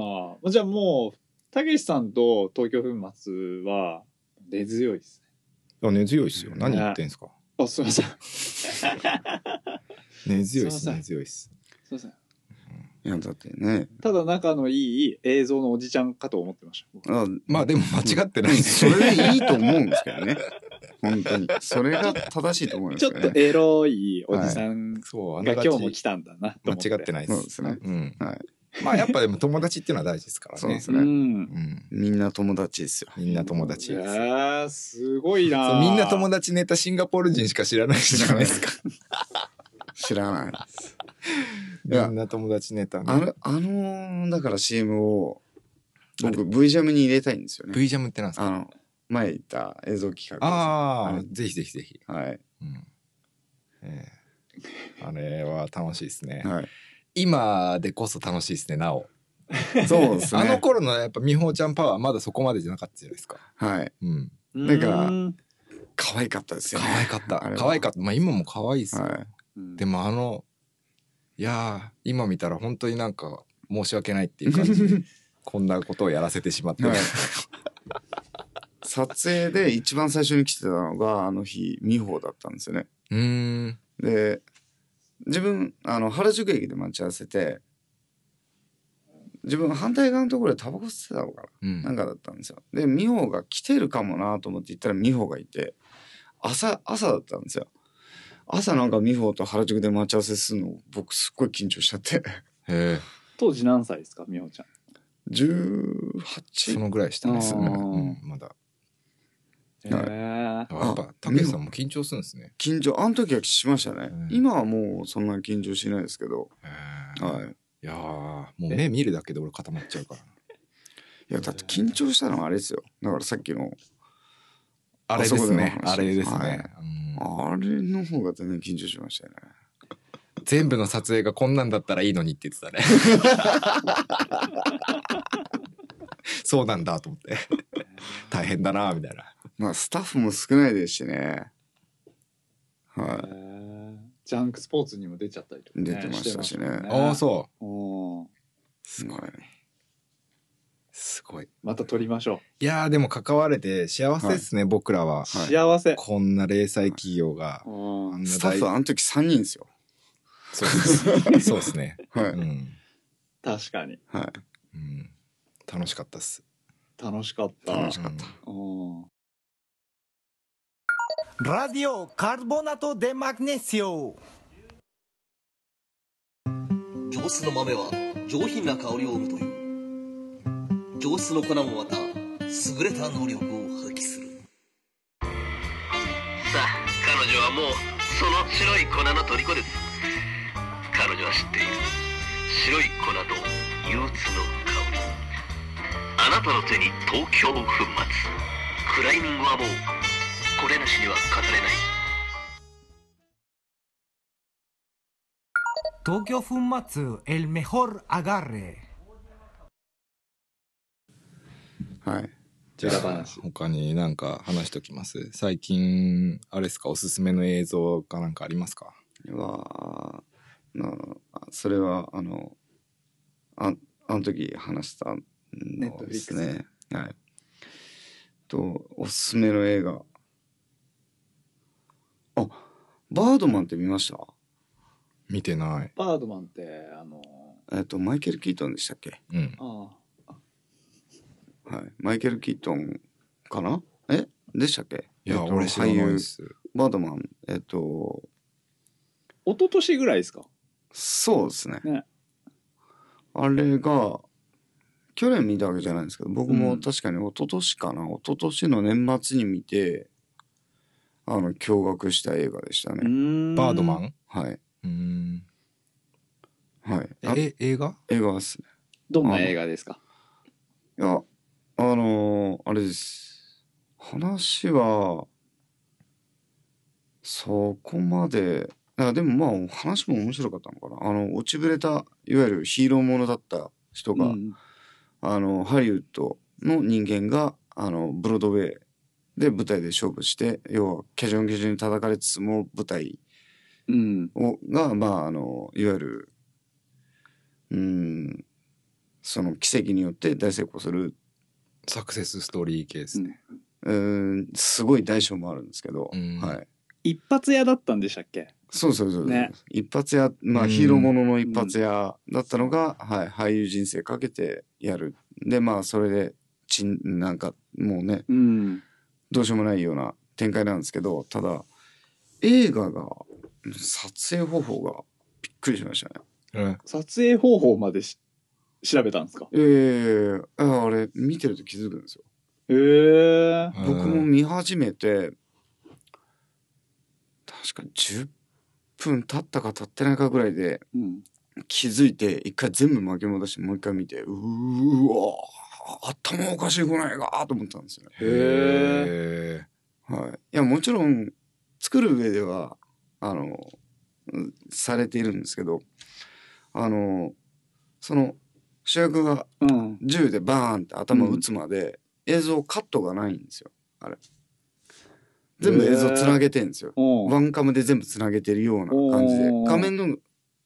Speaker 2: じゃあもうたけしさんと東京粉末は根強いです
Speaker 1: あ根強いっすよ何言ってんすか
Speaker 2: ねあすい ませんす
Speaker 1: 根強いっ
Speaker 2: すい
Speaker 1: す
Speaker 2: ません
Speaker 1: 根強いっす
Speaker 2: いません
Speaker 3: いいや、だってね。
Speaker 2: ただ仲のいい映像のおじちゃんかと思ってました僕
Speaker 3: あ
Speaker 1: まあでも間違ってないです
Speaker 3: そ
Speaker 1: よね。
Speaker 3: れでいいと思うんですけど ね。本当に。それが正しいと思いま
Speaker 2: ち
Speaker 3: す
Speaker 2: ょっ
Speaker 3: け
Speaker 2: と
Speaker 3: どね。
Speaker 2: エロいおじさん
Speaker 1: そう、あ
Speaker 2: が
Speaker 1: なが
Speaker 2: 今
Speaker 1: ち
Speaker 2: 日も来たんだなと思って
Speaker 1: 間違ってないで。
Speaker 3: そうですすね。
Speaker 1: うん。
Speaker 3: はい。
Speaker 1: まあやっぱでも友達っていうのは大事ですから
Speaker 3: そうで
Speaker 1: ね。
Speaker 3: すね。
Speaker 2: うん
Speaker 1: うん。
Speaker 3: みんな友達ですよ。
Speaker 1: みんな友達
Speaker 2: いや
Speaker 1: で
Speaker 2: ー
Speaker 1: す。
Speaker 2: すごい
Speaker 1: そ
Speaker 2: な
Speaker 1: うみんな友
Speaker 2: 達
Speaker 1: 達ネタシンガポール人しか知らないじゃないですか。
Speaker 3: 知らない。い
Speaker 1: み
Speaker 3: や
Speaker 1: んな友達ネタ
Speaker 3: あ
Speaker 1: ね。
Speaker 3: の、あのーだから CM を、僕 V ジャムに入れたいんですよね。
Speaker 1: V ジャムってなんですか
Speaker 3: あの、前言った映像企画で
Speaker 1: あ
Speaker 3: は
Speaker 1: あ、ぜひぜひぜひ。
Speaker 3: す。はい。
Speaker 1: うん。え えあれは楽しいですね。
Speaker 3: はい。
Speaker 1: 今でこそ楽しいですね、なお。
Speaker 3: そうですね。
Speaker 1: あの頃のやっぱ美穂ちゃんパワーまだそこまでじゃなかったじゃないですか。
Speaker 3: はい。
Speaker 1: うん。
Speaker 3: なんか可愛かったですよ
Speaker 1: 可
Speaker 3: ね。
Speaker 1: 愛かった。
Speaker 3: あれは
Speaker 1: 可愛かった。まあ今も可愛いですよ。
Speaker 3: は
Speaker 1: でもあの、いやー、今見たら本当になんか申し訳ないっていう感じ で、こんなことをやらせてしまって、
Speaker 3: い。はい。撮影で一番最初に来てたのが、あの日、美穂だったんですよね。
Speaker 1: うーん。
Speaker 3: で、自分、あの、原宿駅で待ち合わせて、自分反対側のところでタバコ吸ってたのかな
Speaker 1: うん
Speaker 3: なんかだったんですよ。で、美穂が来てるかもなと思って行ったら美穂がいて、朝、朝だったんですよ。朝なんか美穂と原宿で待ち合わせするの、僕すっごい緊張しちゃって。
Speaker 1: へえ、
Speaker 2: 当時何歳ですか美穂ちゃん
Speaker 1: そ
Speaker 3: 18?
Speaker 1: のぐらいしたんですよね。
Speaker 2: あー
Speaker 1: うん、まだ。
Speaker 2: へえ
Speaker 1: あやっぱ、たけしさんも緊張するんですね。
Speaker 3: 緊張、あの時はしましたね。
Speaker 1: うん
Speaker 3: 今はもうそんな緊張しないですけど。
Speaker 1: へえ
Speaker 3: はい。
Speaker 1: いやー、もう目見るだけで俺固まっちゃうから。
Speaker 3: いや、だって緊張したのはあれですよ。だからさっきの、
Speaker 1: あれですね。
Speaker 3: あ
Speaker 1: あ
Speaker 3: そこ
Speaker 1: れ
Speaker 3: での話
Speaker 1: ですね、
Speaker 3: はい
Speaker 1: うん
Speaker 3: あれの方が全然緊張しましたよね。
Speaker 1: 全部の撮影がこんなんだったらいいのにって言ってたね。そうなんだと思って。大変だなみたいな。
Speaker 3: まあ、スタッフも少ないですしね。
Speaker 2: へ
Speaker 3: は
Speaker 2: えジャンクスポーツにも出ちゃったりとかね
Speaker 3: 出てましたしね
Speaker 2: てました
Speaker 1: ああ、そう。
Speaker 2: うん
Speaker 3: い。ごい。
Speaker 1: すごい。
Speaker 2: また撮りましょ
Speaker 1: いやーでも関われて幸せですね、僕らは。
Speaker 2: う、
Speaker 3: はい
Speaker 2: 幸せ
Speaker 1: こんな零細企業が。
Speaker 2: うん
Speaker 1: あんな大
Speaker 3: スタッフはあの時3人ですよ。
Speaker 1: そうです。そうですね。
Speaker 3: はい。
Speaker 1: うん。
Speaker 2: 確かに
Speaker 3: はい。
Speaker 1: うん。楽しかったっす。
Speaker 2: 楽しかった
Speaker 3: 楽しかった。
Speaker 2: うん
Speaker 5: ラディオカルボナトデマグネシオ
Speaker 8: 上質の豆は上品な香りを生むという上質の粉もまた優れた能力を発揮するさあ彼女はもうその白い粉の虜です彼女は知っている白い粉と憂鬱の香りあなたの手に東京粉末クライミングはもうこれなしには語れない
Speaker 5: 東京粉末 el mejor agarre
Speaker 3: はい。
Speaker 1: じゃ
Speaker 2: 裏
Speaker 1: あ
Speaker 2: 話
Speaker 1: 他になんか話しときます。最近、あれですか、おすすめの映像かなんかありますか
Speaker 3: では、なそれは、あの、ああの時話したのですね。はい。と、おすすめの映画。あ、バードマンって見ました
Speaker 1: 見てない。
Speaker 2: バードマンってあの
Speaker 3: えっと、マイケル・キートンでしたっけ
Speaker 1: うん。
Speaker 2: ああ
Speaker 3: はい。マイケル・キートンかなえでしたっけ
Speaker 1: い
Speaker 3: え
Speaker 1: や、
Speaker 3: っと
Speaker 1: 俺知らない
Speaker 3: 俳
Speaker 1: で
Speaker 3: 優、
Speaker 1: す。
Speaker 3: バードマン、えっと、
Speaker 2: 一昨年ぐらいですか
Speaker 3: そうですね。
Speaker 2: ね
Speaker 3: あれが、去年見たわけじゃないんですけど、僕
Speaker 2: う
Speaker 3: も
Speaker 2: ん
Speaker 3: 確かに一昨年かな、一昨年の年末に見て、あの、驚愕した映画でしたね。
Speaker 1: バ
Speaker 2: バ
Speaker 1: ードマン
Speaker 3: はい。
Speaker 1: うん。
Speaker 3: はい。あ
Speaker 1: え、映画
Speaker 3: 映画ですね。
Speaker 2: どんな映画ですか
Speaker 3: いや、あのーあれです。話は、そこまで、あでもまあ話も面白かったのかな。あの、落ちぶれた、いわゆるヒーローものだった人が、
Speaker 2: うん
Speaker 3: あの、ハリウッドの人間が、あの、ブロードウェイで舞台で勝負して、要は、キャジョンキャジョンに叩かれつつも、舞台
Speaker 2: うん
Speaker 3: を、が、まあ、あの、いわゆる、うん、その奇跡によって大成功する
Speaker 1: サクセスストーリー系ですね。
Speaker 3: うーんすごい大小もあるんですけど、
Speaker 1: うん
Speaker 3: はい、
Speaker 2: 一発屋だったんでしたっけ
Speaker 3: そうそうそうそう。
Speaker 2: ね
Speaker 3: 一発屋、ま
Speaker 1: う
Speaker 3: あ
Speaker 1: ん
Speaker 3: ヒーローものの一発屋だったのが、はい、俳優人生かけてやる。で、まあそれで、ちん、なんかもうね、
Speaker 2: うん。
Speaker 3: どうしようもないような展開なんですけど、ただ、映画が、撮影方法がびっくりしましたね。
Speaker 1: うん
Speaker 2: 撮影方法までし調べたんですか
Speaker 3: ええああれ、見てると気づくんですよ。
Speaker 2: へえ。
Speaker 3: 僕も見始めて、確かに10分経ったか経ってないかぐらいで、
Speaker 2: うん。
Speaker 3: 気づいて一回全部巻き戻してもう一回見てうーわー頭おかしいこの映画と思ったんですよね。
Speaker 2: へえ。
Speaker 1: え
Speaker 3: はい、いやもちろん作る上ではあのうんされているんですけどあのその主役が
Speaker 2: うん。
Speaker 3: 銃でバーンって頭打つまで、映像カットがないんですよあれ。全部映像つなげてんですよ。
Speaker 2: お
Speaker 3: ワンカムで全部つなげてるような感じで
Speaker 2: おー
Speaker 3: 画面の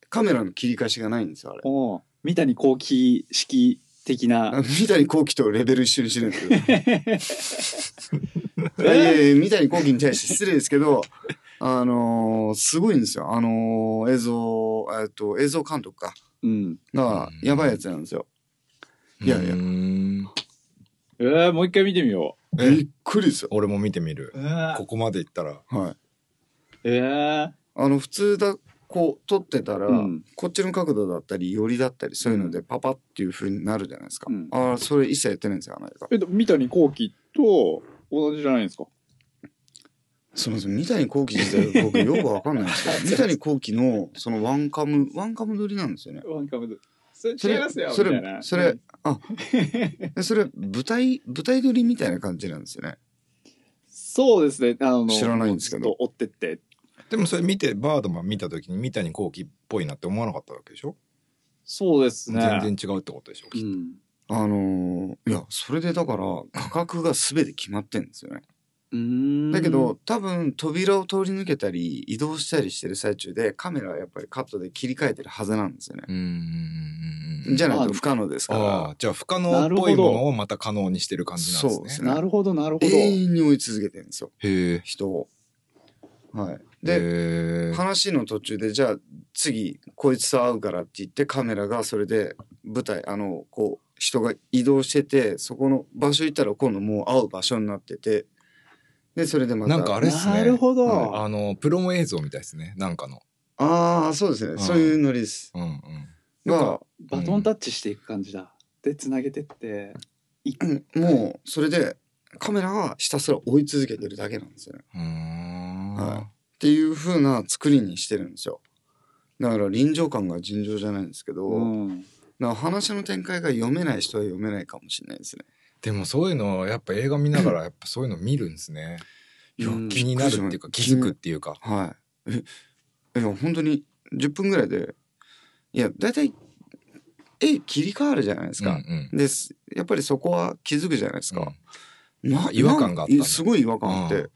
Speaker 3: カメラの切り返しがないんですよあれ。
Speaker 2: おう三谷幸喜式的
Speaker 3: あの
Speaker 2: な。
Speaker 3: 三谷幸喜とレベル一緒にしてるんですけど。いやいやいや、三谷幸喜に対して失礼ですけど、あのーすごいんですよ。あのー映像、えっと、映像監督か。
Speaker 2: うん。
Speaker 3: が、やばいやつなんですよ。いやいや
Speaker 2: えー、もう一回見てみよ
Speaker 1: え
Speaker 3: びっくりですよ。
Speaker 1: 俺も見てみる
Speaker 2: う。えー
Speaker 1: こ、こまでいったら
Speaker 3: はい。
Speaker 2: えー、
Speaker 3: あの、普通だ、こう、撮ってたら、
Speaker 2: うん
Speaker 3: こっちの角度だったり、寄りだったり、そういうので、パパっていう風になるじゃないですか。
Speaker 2: うん
Speaker 3: ああ、それ一切やってないんですよ、あの映画。
Speaker 2: えっと、三谷幸喜と同じじゃないんですか
Speaker 3: すみません、三谷幸喜 自体僕よくわかんないんですけど、三谷幸喜の、そのワンカム、ワンカム撮りなんですよね。
Speaker 2: ワンカムで。それ
Speaker 3: それ
Speaker 2: 違いますよ、
Speaker 3: そ
Speaker 2: みたいな。
Speaker 3: れ、それ、あ、えそれ、舞台、舞台撮りみたいな感じなんですよね。
Speaker 2: そうですね。あの、
Speaker 3: 知らないんですけど
Speaker 2: もうずっと追ってって。
Speaker 1: でもそれ見てバードマン見た時に三谷幸喜っぽいなって思わなかったわけでしょ
Speaker 2: そうですね。
Speaker 1: 全然違うってことでしょ
Speaker 2: うん。
Speaker 3: あのーいや、それでだから、価格が全て決まってんですよね。
Speaker 2: うーん。
Speaker 3: だけど、多分、扉を通り抜けたり、移動したりしてる最中で、カメラはやっぱりカットで切り替えてるはずなんですよね。
Speaker 1: うんうんうん
Speaker 3: じゃないと不可能ですか
Speaker 1: ああ
Speaker 3: ら、
Speaker 1: じゃあ不可能っぽいものをまた可能にしてる感じなんです
Speaker 3: そう
Speaker 1: ね
Speaker 3: ですね
Speaker 2: なるほど、なるほど。
Speaker 3: 永遠に追い続けてるんですよ、
Speaker 1: へえ
Speaker 3: 人を。はい。で、
Speaker 1: で
Speaker 3: 話の途中でじゃあ次こいつと会うからって言ってカメラがそれで舞台あのこう人が移動しててそこの場所行ったら今度もう会う場所になっててでそれでまた
Speaker 1: なんかあれっすね
Speaker 2: なるほど。
Speaker 1: あのプロモ映像みたいですねなんかの
Speaker 3: ああそうですね、
Speaker 1: ん
Speaker 3: そういうノリです
Speaker 1: うんうん
Speaker 3: が
Speaker 2: バトンタッチしていく感じだ。で、つなげてって。
Speaker 3: もうそれでカメラがひたすら追い続けてるだけなんですよね
Speaker 1: うーん
Speaker 3: はいっていう風な作りにしてるんですよだから臨場感が尋常じゃないんですけど、
Speaker 2: うん。
Speaker 3: だから話の展開が読めない人は読めないかもしれないですね
Speaker 1: でもそういうのやっぱ映画見ながらやっぱそういうの見るんですね
Speaker 3: いや
Speaker 2: うん
Speaker 1: 気になるっていうか気づくっていうか
Speaker 3: はい。え、いや、本当に10分ぐらいで、いや、大体、絵切り替わるじゃないですか。
Speaker 1: うんうん
Speaker 3: です。やっぱりそこは気づくじゃないですか。な
Speaker 1: 違和感があったんだ
Speaker 3: なすごい違和感あって、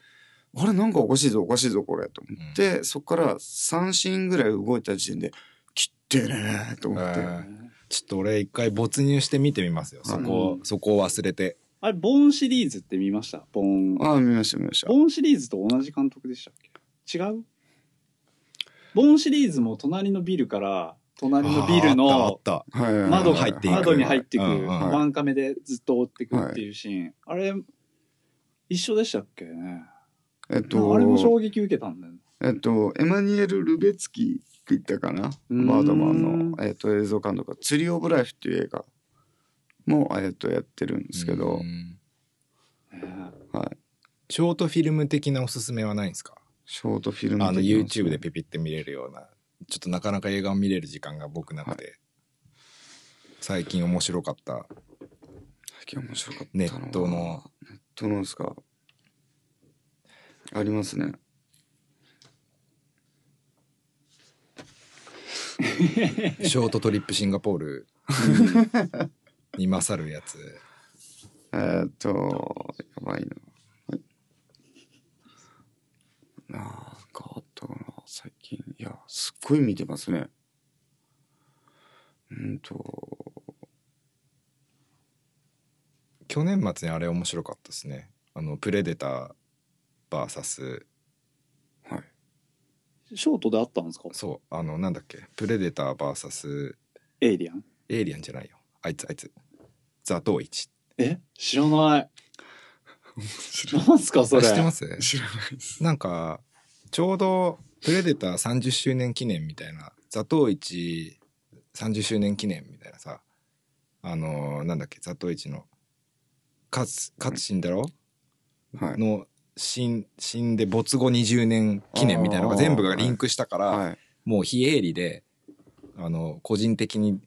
Speaker 3: あれ、なんかおかしいぞ、おかしいぞ、これ、と思って、そこから三振ぐらい動いた時点で、切ってねーと
Speaker 1: うん
Speaker 3: 思って。
Speaker 1: えーちょっと俺一回没入して見てみますよそこ
Speaker 2: う
Speaker 1: そこを忘れて
Speaker 2: あれ、ボーンシリーズって見ましたボーン。
Speaker 3: ああ、見ました、見ました。
Speaker 2: ボーンシリーズと同じ監督でしたっけ違うボーンシリーズも隣のビルから、隣のビル
Speaker 1: ああっ
Speaker 2: の
Speaker 1: たあっ
Speaker 3: はいはいはい
Speaker 2: 窓
Speaker 1: 入っていく
Speaker 2: 窓に入ってく、
Speaker 1: うんうん
Speaker 2: ワンカメでずっと追ってくっていうシーン。あれ、一緒でしたっけね。
Speaker 3: えっ
Speaker 2: あれも衝
Speaker 3: と、
Speaker 2: 撃受けたんだよね。
Speaker 3: えっと、エマニュエル・ルベツキって言ったかな。
Speaker 2: うん
Speaker 3: バードマンの、えっと映像監督が「釣りオブライフ」っていう映画も、えっとやってるんで
Speaker 1: た
Speaker 3: すけど
Speaker 1: う、ん
Speaker 2: ね
Speaker 3: はい、
Speaker 1: ショートフィルム的なおすすめはないんですか
Speaker 3: ショートフィルム
Speaker 1: あの
Speaker 3: 的な
Speaker 1: YouTube でピピって見れるようなちょっとなかなか映画を見れる時間が僕なくて、最近面白かった
Speaker 3: 最近面白かったな
Speaker 1: ネットの
Speaker 3: ネットのですかありますね
Speaker 1: ショートトリップシンガポー ルに勝るやつ
Speaker 3: えーっとやばいな、はい、なんかあったかな最近いやすっごい見てますねうんと
Speaker 1: 去年末にあれ面白かったですねあのプレデター VS
Speaker 3: はい
Speaker 2: ショートであったんですか
Speaker 1: そうあのなんだっけプレデター VS
Speaker 2: エイリアン。
Speaker 1: エイリアンじゃないよあいつあいつザトウイチ
Speaker 2: え知らない。 なんすかそ
Speaker 1: あ
Speaker 2: れ。
Speaker 1: 知ってます
Speaker 3: 知らないです。
Speaker 1: なんかちょうどプレデター30周年記念みたいなザトウイチ30周年記念みたいなさあのーなんだっけザトウイチの勝つ勝死んだろ、
Speaker 3: はい。
Speaker 1: の死ん死んで没後20年記念みたいなのが全部がリンクしたから、
Speaker 3: はい。
Speaker 1: もう非営利であの個人的に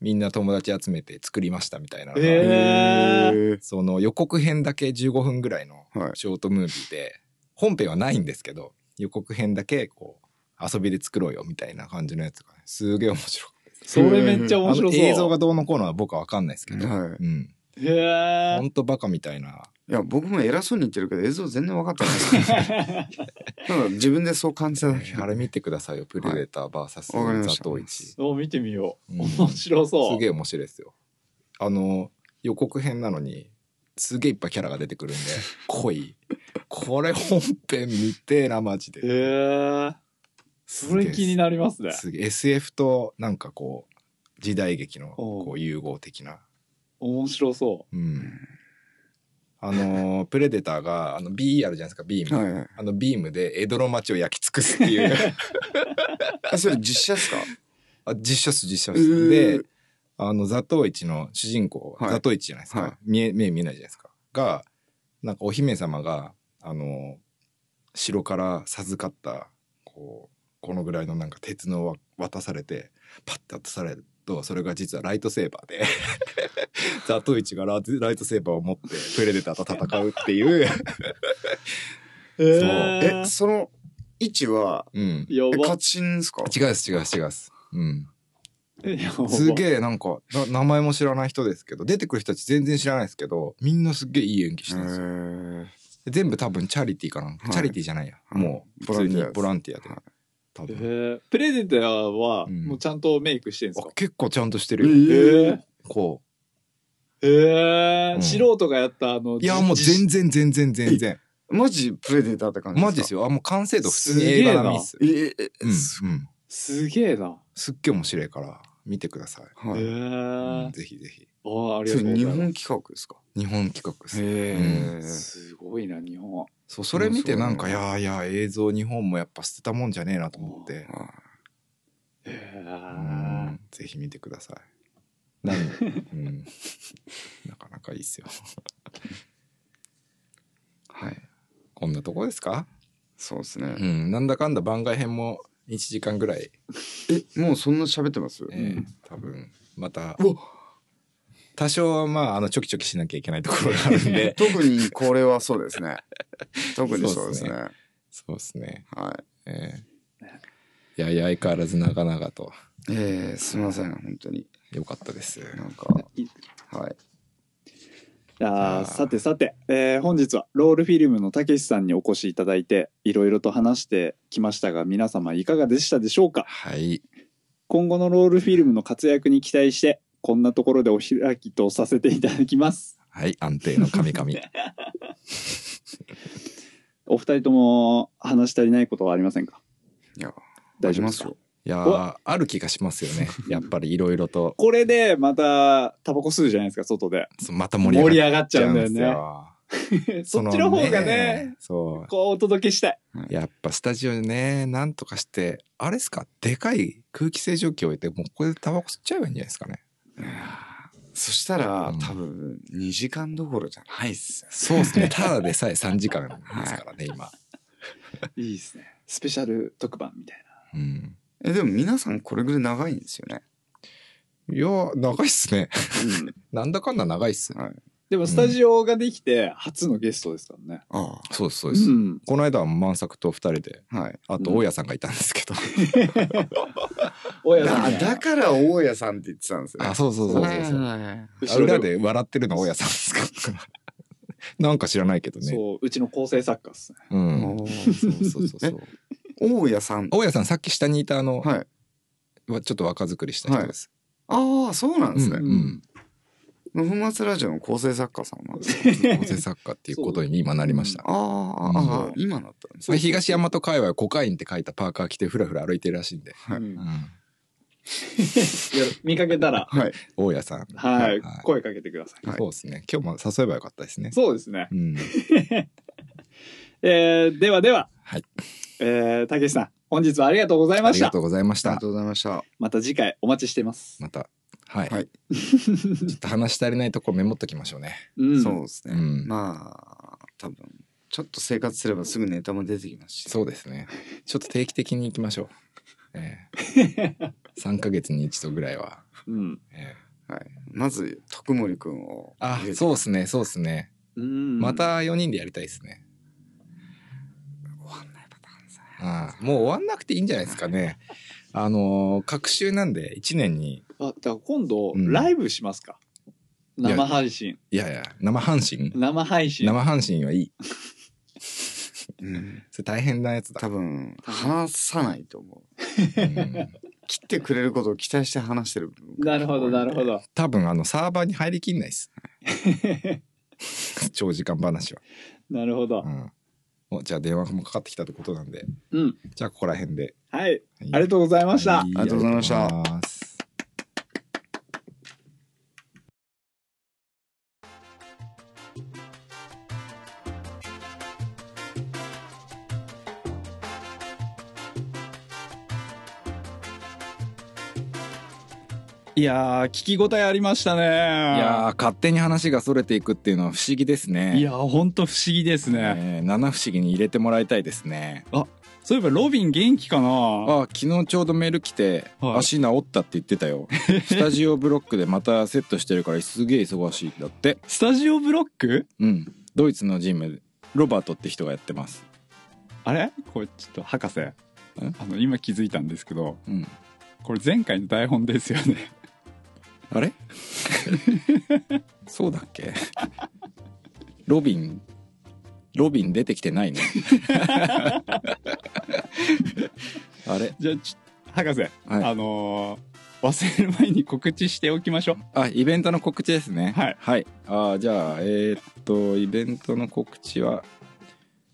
Speaker 1: みんな友達集めて作りましたみたいなのが、
Speaker 2: えへ
Speaker 3: ー。
Speaker 1: その予告編だけ15分ぐらいの
Speaker 3: はい。
Speaker 1: ショートムービーで本編はないんですけど予告編だけこう遊びで作ろうよみたいな感じのやつが、すげえ面白い
Speaker 2: それめっちゃ面
Speaker 1: あ
Speaker 2: 白
Speaker 1: の
Speaker 2: そう。
Speaker 1: 映像がどうのこうのは僕は分かんないですけど、
Speaker 3: はい。
Speaker 1: うん、
Speaker 2: へ
Speaker 1: ほ
Speaker 2: え。
Speaker 1: んとバカみたいない
Speaker 3: や、僕も偉そうに言ってるけど、映像全然分かってないです。ただ自分でそう感じただけ。
Speaker 1: あれ見てくださいよ「プレデター VS、
Speaker 3: わかりま
Speaker 1: ザ
Speaker 3: した
Speaker 1: トウイチ
Speaker 2: お見てみよう。
Speaker 1: うん
Speaker 2: 面白そ
Speaker 1: す
Speaker 2: う。
Speaker 1: げえ面白いですよあの予告編なのにすげえいっぱいキャラが出 てくるんで濃いこれ本編見てえなマジで
Speaker 2: へえ。それ気になりますね。
Speaker 1: すげえ SF となんかこう時代劇の
Speaker 2: おう
Speaker 1: こう融合的な
Speaker 2: 面白そ
Speaker 1: うんあのープレデターがあの B あるじゃないですかビーム、
Speaker 3: はいはい。
Speaker 1: あのビームで江戸の町を焼き尽くすって いう
Speaker 3: あ、それ実写ですか
Speaker 1: あ実写っす実写っ
Speaker 3: えー
Speaker 1: すであのザトウイチの主人公、
Speaker 3: はい
Speaker 1: ザトウイチじゃないですか、
Speaker 3: はい
Speaker 1: 見え目見えないじゃないですかがなんかお姫様があの城から授かったこうこのぐらいのなんか鉄の輪渡されてパッて渡されるとそれが実はライトセーバーでザトウイチがラライトセーバーを持ってプレデターと戦うっていう、
Speaker 2: う。へえ
Speaker 3: え、。その位置は、
Speaker 1: うん、
Speaker 2: や
Speaker 3: え
Speaker 2: ば
Speaker 3: カ。チンですか
Speaker 1: 違うっす違うっす違うっす、うん、 す
Speaker 2: すえ。
Speaker 1: げえなんかな名前も知らない人ですけど出てくる人たち全然知らないですけどみんなすっげえいい演技してるんですよで
Speaker 3: え
Speaker 1: 全部多分チャリティーかなんか、
Speaker 3: はい
Speaker 1: チャリティーじゃないや、
Speaker 3: はい
Speaker 1: もう普通にボ
Speaker 3: ボ
Speaker 1: ラ
Speaker 3: ラ
Speaker 1: ンティアで、
Speaker 3: はい
Speaker 1: 多分、
Speaker 2: へえプレデターは
Speaker 1: うん
Speaker 2: もうちゃんとメイクしてるんです
Speaker 1: あ
Speaker 2: か
Speaker 1: 結構ちゃんとしてるよ、
Speaker 3: ー。
Speaker 2: へ
Speaker 1: こ
Speaker 2: えへ
Speaker 1: う
Speaker 2: え
Speaker 1: ん
Speaker 2: 素人がやったあの
Speaker 1: ういやもう全然全然全然
Speaker 3: マジプレデターって感じ
Speaker 1: マジです
Speaker 3: よ。
Speaker 1: よあもう完成度普通に
Speaker 2: すげえ
Speaker 1: 映
Speaker 2: な
Speaker 1: 画並みっす
Speaker 3: ええ、え
Speaker 1: うん、うん、
Speaker 2: すげえな
Speaker 1: すっげえ面白いから見てください、
Speaker 3: は
Speaker 2: へ
Speaker 3: い。
Speaker 1: う
Speaker 2: え
Speaker 1: んぜひぜひ
Speaker 2: あありが
Speaker 3: そ
Speaker 2: とうござ
Speaker 3: れ日
Speaker 2: いま
Speaker 3: 本企画ですか
Speaker 1: 日本企画です
Speaker 3: へ
Speaker 2: すすごいな日本
Speaker 1: そうそれ見てなんか、
Speaker 3: うん
Speaker 1: い
Speaker 3: そう
Speaker 1: やいや映像日本もやっぱ捨てたもんじゃねえなと思って
Speaker 3: え。はい
Speaker 2: へ
Speaker 1: う
Speaker 2: え
Speaker 1: んぜひ見てください。なんでうん、 なかなかいいっすよ。
Speaker 3: はい。
Speaker 1: こんなとこですか、
Speaker 3: そうですね
Speaker 1: う。ん、なんだかんだ番外編も1時間ぐらい、
Speaker 3: え、もうそんな喋ってます
Speaker 1: えー多分また
Speaker 3: うわ
Speaker 1: 多少まああのチョキチョキしなきゃいけないところがあるん で
Speaker 3: 特にこれはそうですね。特にそうですね。
Speaker 1: そう そうですね。
Speaker 3: はい。
Speaker 1: えーいやいや相変わらず長々と
Speaker 3: ええすみません、本当に。
Speaker 1: 良かったです。
Speaker 3: なんか
Speaker 2: い、
Speaker 3: はい。
Speaker 2: あ
Speaker 1: あー
Speaker 2: ーさてさて、えー本日はロールフィルムのたけしさんにお越しいただいていろいろと話してきましたが皆様いかがでしたでしょうか
Speaker 1: はい。
Speaker 2: 今後のロールフィルムの活躍に期待してこんなところでお開きとさせていただきます
Speaker 1: はい。安定の神 々。
Speaker 2: お二人とも話し足りないことはありませんか
Speaker 3: いや、
Speaker 2: 大丈夫
Speaker 3: ありま
Speaker 2: ですすか
Speaker 3: よ。
Speaker 1: いや
Speaker 2: う
Speaker 1: ーある気がしますよね。やっぱりいろいろと
Speaker 2: これでまたタバコ吸うじゃないですか外で
Speaker 1: そうまた盛り上
Speaker 2: 盛
Speaker 1: がっ
Speaker 2: り上がっちゃうんだよ
Speaker 1: す
Speaker 2: ね
Speaker 1: よ
Speaker 2: そっちの方がね
Speaker 1: そ
Speaker 2: こうお届けしたいう
Speaker 1: やっぱスタジオねなんとかしてあれっすかでかい空気清浄機置いてもうこれでタバコ吸っちゃえばいいんじゃないですかね
Speaker 3: そしたら、
Speaker 1: うん
Speaker 3: 多分2時間どころじゃないっすよ。
Speaker 1: そうです ねただでさえ3時間ですからね今、
Speaker 2: いいですねスペシャル特番みたいな
Speaker 1: うん、
Speaker 3: え、でも皆さんこれぐらい長いんですよね。
Speaker 1: いやー長いっすねなんだかんだ長いっす
Speaker 3: はい
Speaker 2: でもスタジオができて初のゲストですからね、
Speaker 3: あ
Speaker 1: そうですそううんです、この間は満作と2人で
Speaker 3: あ。はい。
Speaker 1: あと
Speaker 2: うん
Speaker 1: 大家さんがいたんですけど、
Speaker 2: 大家さ
Speaker 3: だ
Speaker 2: ん
Speaker 3: だ
Speaker 2: ね
Speaker 3: から大家さんって言ってたんですね。
Speaker 1: あそうそうそうそうそう、あ
Speaker 2: 後ろ
Speaker 1: 裏で笑ってるの大家さんですか なんか知らないけどね
Speaker 2: そううちの構成作家っすね
Speaker 1: うん
Speaker 3: おー
Speaker 1: そうそうそうそう
Speaker 3: 大家さん。
Speaker 1: 大家さんさっき下にいたあの、
Speaker 3: はい。
Speaker 1: はちょっと若作りした人です。
Speaker 3: ああ、そうなんですね。
Speaker 1: うん
Speaker 3: の粉末ラジオの構成作家さんなんですか
Speaker 9: 構成作家っていうことに今なりま した。
Speaker 3: ああ、ああ、今だったんです
Speaker 9: で
Speaker 3: ね。
Speaker 9: 東大和界隈はコカインって書いたパーカー着てふらふら歩いてるらしいんで、
Speaker 10: うんいや見かけたら、
Speaker 3: はい。
Speaker 9: 大家さん、
Speaker 10: はい
Speaker 9: はい、
Speaker 10: 声かけてください。
Speaker 3: はい
Speaker 9: そうですね今日も誘えばよかったですね。
Speaker 10: そうですね。
Speaker 9: うん、
Speaker 10: えーではでは、
Speaker 9: はい
Speaker 10: えーたけしさん、本日はありがとうござい
Speaker 9: あ
Speaker 10: ま
Speaker 9: り
Speaker 10: し
Speaker 9: が
Speaker 10: た
Speaker 9: と。うございまし
Speaker 3: ありが
Speaker 9: た。
Speaker 3: とうございました。
Speaker 10: また次回お待ちしています。
Speaker 9: またはい、
Speaker 3: はい
Speaker 9: ちょっと話し足りないところメモっときましょうね。
Speaker 10: うん、
Speaker 3: そうですね。
Speaker 9: うん
Speaker 3: まあ、多分、ちょっと生活すればすぐネタも出てきますし。
Speaker 9: そうですねちょっと定期的に行きましょう。ええ 3ヶ月に一度ぐらいは。
Speaker 10: うん。
Speaker 9: ええ
Speaker 3: はい。まず、徳森くんを。
Speaker 9: あ
Speaker 3: 入れて
Speaker 9: そうですねそうですね、
Speaker 10: うん。
Speaker 9: また4人でやりたいですね。
Speaker 3: 終わんないパターンですね。
Speaker 9: ああもう終わんなくていいんじゃないですかね。あのー、隔週なんで1年に
Speaker 10: あ、だから今度、
Speaker 9: うん
Speaker 10: ライブしますか。
Speaker 9: や
Speaker 10: 生配信。
Speaker 9: いやいや生半身
Speaker 10: 生配信。
Speaker 9: 生半身はいい。
Speaker 3: うん。
Speaker 9: それ大変なやつだ。
Speaker 3: 多分、話さないと思う。
Speaker 9: うん
Speaker 3: 切ってくれることを期待して話してる部分が
Speaker 10: なるほど、なるほど。
Speaker 9: 多分あのサーバーに入りきんないです。長時間話は。
Speaker 10: なるほど
Speaker 9: う。ん、おじゃあ電話もかかってきたってことなんで、
Speaker 10: うん。
Speaker 9: じゃあここら辺で。
Speaker 10: はい。
Speaker 9: はい
Speaker 10: ありがとうございました
Speaker 9: は。
Speaker 3: ありがとうございました
Speaker 9: ありがとうございます
Speaker 2: いやー、聞き応えありましたね。い
Speaker 1: いやー勝手に話がそれていくっていうのは不思議ですね
Speaker 2: いやー、ほんと不思議ですね。
Speaker 1: ねえ七不思議に入れてもらいたいですね
Speaker 2: そういえば、ロビン元気かな
Speaker 1: あ昨日ちょうどメール来て、
Speaker 2: はい
Speaker 1: 足治ったって言ってたよスタジオブロックでまたセットしてるからすげえ忙しいんだって
Speaker 2: スタジオブロック
Speaker 1: うんドイツのジムロバートって人がやってます
Speaker 2: あれこれ、ちょっと、博士。あの、今気づいたんですけど、
Speaker 1: うん
Speaker 2: これ前回の台本ですよね。
Speaker 1: あれ そうだっけロビンロビン出てきてないね あれ
Speaker 2: じゃあ、ちょ博士、
Speaker 1: はい
Speaker 2: あのー忘れる前に告知しておきましょう。
Speaker 1: あイベントの告知ですね
Speaker 2: はい
Speaker 1: あーじゃあえーっとイベントの告知は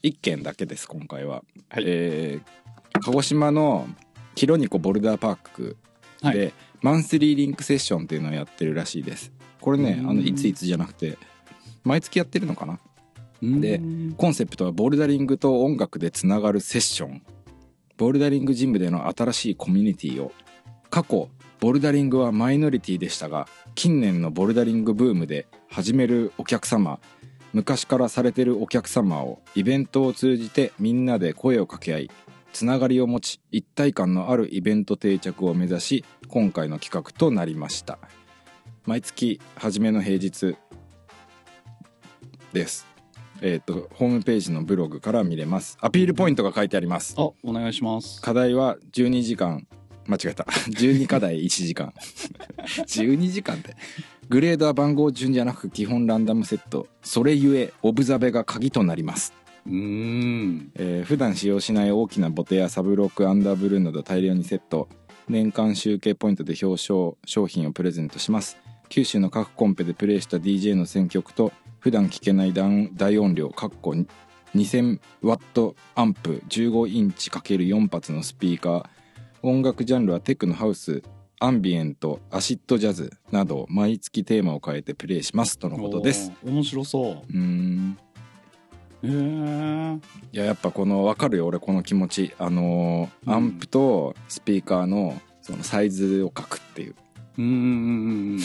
Speaker 1: 1件だけです今回は、
Speaker 2: はい
Speaker 1: えー鹿児島のキロニコボルダーパークで、
Speaker 2: は
Speaker 1: マンスリーリンクセッションっていうのをやってるらしいですこれねあのいついつじゃなくて毎月やってるのかなでコンセプトはボルダリングと音楽でつながるセッションボルダリングジムでの新しいコミュニティを過去ボルダリングはマイノリティでしたが近年のボルダリングブームで始めるお客様昔からされてるお客様をイベントを通じてみんなで声を掛け合いつながりを持ち一体感のあるイベント定着を目指し今回の企画となりました毎月初めの平日ですえっ、とホームページのブログから見れますアピールポイントが書いてあります
Speaker 2: あ、お願いします。
Speaker 1: 課題は12時間間違えた 12課題1時間 12時間ってグレードは番号順じゃなく基本ランダムセットそれゆえオブザベが鍵となります
Speaker 2: うーん。
Speaker 1: えー普段使用しない大きなボテやサブロックアンダーブルーなど大量にセット年間集計ポイントで表彰商品をプレゼントします九州の各コンペでプレイした DJ の選曲と普段聞けない大大音量かっこ2000ワットアンプ15インチ ×4 発のスピーカー音楽ジャンルはテクノハウスアンビエントアシッドジャズなど毎月テーマを変えてプレイしますとのことです
Speaker 2: おー。面白そう
Speaker 1: ーん
Speaker 2: う。へえー。
Speaker 1: いややっぱこの分かるよ俺この気持ちあのー
Speaker 2: うん
Speaker 1: アンプとスピーカーのそのサイズを書くっていう
Speaker 2: うんうん うんうん。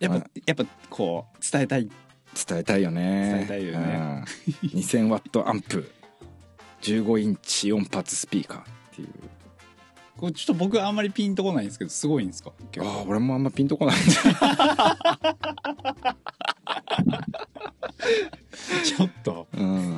Speaker 2: やっ
Speaker 1: は
Speaker 2: ぱ、やっぱ、こう、伝えたい。
Speaker 1: 伝えたいよ
Speaker 2: 伝
Speaker 1: ね
Speaker 2: えたいよね、
Speaker 1: うん2000ワットアンプ15インチ4発スピーカーっていう
Speaker 2: こうちょっと僕あんまりピンとこないんですけど、すごいんですか
Speaker 1: ああ俺もあんまピンとこないんだ
Speaker 2: ちょっと。
Speaker 1: うん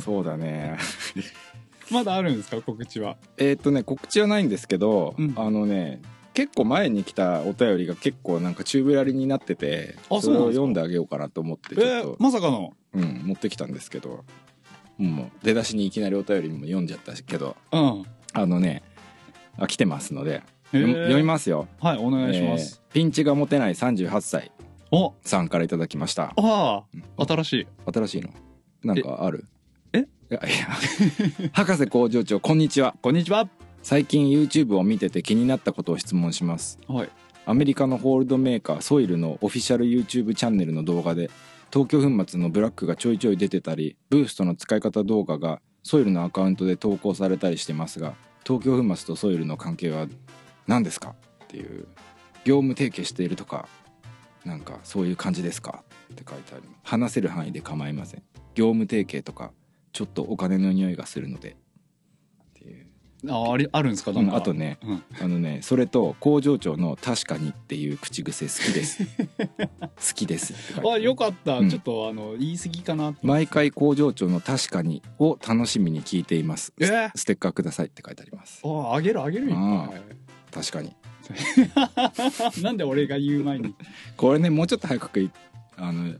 Speaker 1: そうだね
Speaker 2: まだあるんですか告知は。
Speaker 1: えーっとね告知はないんですけど、
Speaker 2: うん
Speaker 1: あのね結構前に来たお便りが結構なんかチューブラリになってて
Speaker 2: あ
Speaker 1: そ
Speaker 2: そう
Speaker 1: れ
Speaker 2: なん
Speaker 1: を
Speaker 2: ですか
Speaker 1: 読んであげようかなと思って
Speaker 2: え
Speaker 1: ちょっと
Speaker 2: ー、まさかの。
Speaker 1: うん、持ってきたんですけどもう出だしにいきなりお便りも読んじゃったけど
Speaker 2: うん。
Speaker 1: あのねあ来てますので読み
Speaker 2: えー
Speaker 1: 読みますよ。
Speaker 2: はい、お願いします。
Speaker 1: えーピンチが持てない38歳
Speaker 2: お
Speaker 1: さんからいただきました。
Speaker 2: ああ、新しい。
Speaker 1: 新しいのなんかある
Speaker 2: え
Speaker 1: いやいや博士工場長こんにちは
Speaker 2: こんにちは。
Speaker 1: 最近 YouTube を見てて気になったことを質問します
Speaker 2: はい
Speaker 1: アメリカのホールドメーカーソイルのオフィシャル YouTube チャンネルの動画で東京粉末のブラックがちょいちょい出てたりブーストの使い方動画がソイルのアカウントで投稿されたりしてますが東京粉末とソイルの関係は何ですかっていう業務提携しているとかなんかそういう感じですかって書いてあります話せる範囲で構いません業務提携とかちょっとお金の匂いがするのでっていう
Speaker 2: あ、あり、あるんですか、
Speaker 1: う
Speaker 2: どん
Speaker 1: ん
Speaker 2: な。
Speaker 1: あと。ね、
Speaker 2: うん
Speaker 1: あのねそれと工場長の「確かに」っていう口癖好きです 好きですって書いてあ
Speaker 2: あ、
Speaker 1: る
Speaker 2: よかった。
Speaker 1: うん
Speaker 2: ちょっと、あの、言い過ぎかな。
Speaker 1: 毎回工場長の「確かに」を楽しみに聞いています、
Speaker 2: えー
Speaker 1: ステッカーくださいって書いてあります
Speaker 2: あ、あげる、あげる。いっぱい
Speaker 1: 確かに
Speaker 2: なんで俺が言う 前に。
Speaker 1: これねもうちょっと早くいあの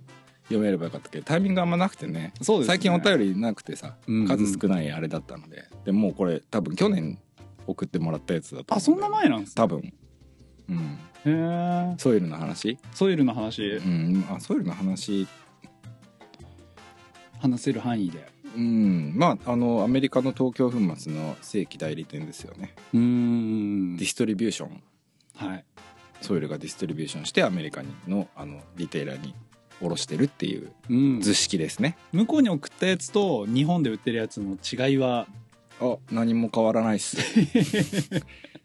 Speaker 1: 読めればよかったけどタイミングあんまなくてね
Speaker 2: そうですね
Speaker 1: 最近お便りなくてさ
Speaker 2: うんうん
Speaker 1: 数少ないあれだったので、でもうこれ多分去年送ってもらったやつだと
Speaker 2: あ、そんな前なんですか。
Speaker 1: 多分うん
Speaker 2: へえ。
Speaker 1: ソイルの話
Speaker 2: ソイルの話
Speaker 1: う、んあソイルの話
Speaker 2: 話せる範囲で。
Speaker 1: うんまああのアメリカの東京粉末の正規代理店ですよね、
Speaker 2: うーん
Speaker 1: ディ。ストリビューション
Speaker 2: はい。
Speaker 1: ソイルがディストリビューションしてアメリカにのあのリテイラーに卸してるっていう
Speaker 2: うん。
Speaker 1: 図式ですね、
Speaker 2: 向こうに送ったやつと、日本で売ってるやつの違いは。
Speaker 1: あ何も変わらない っす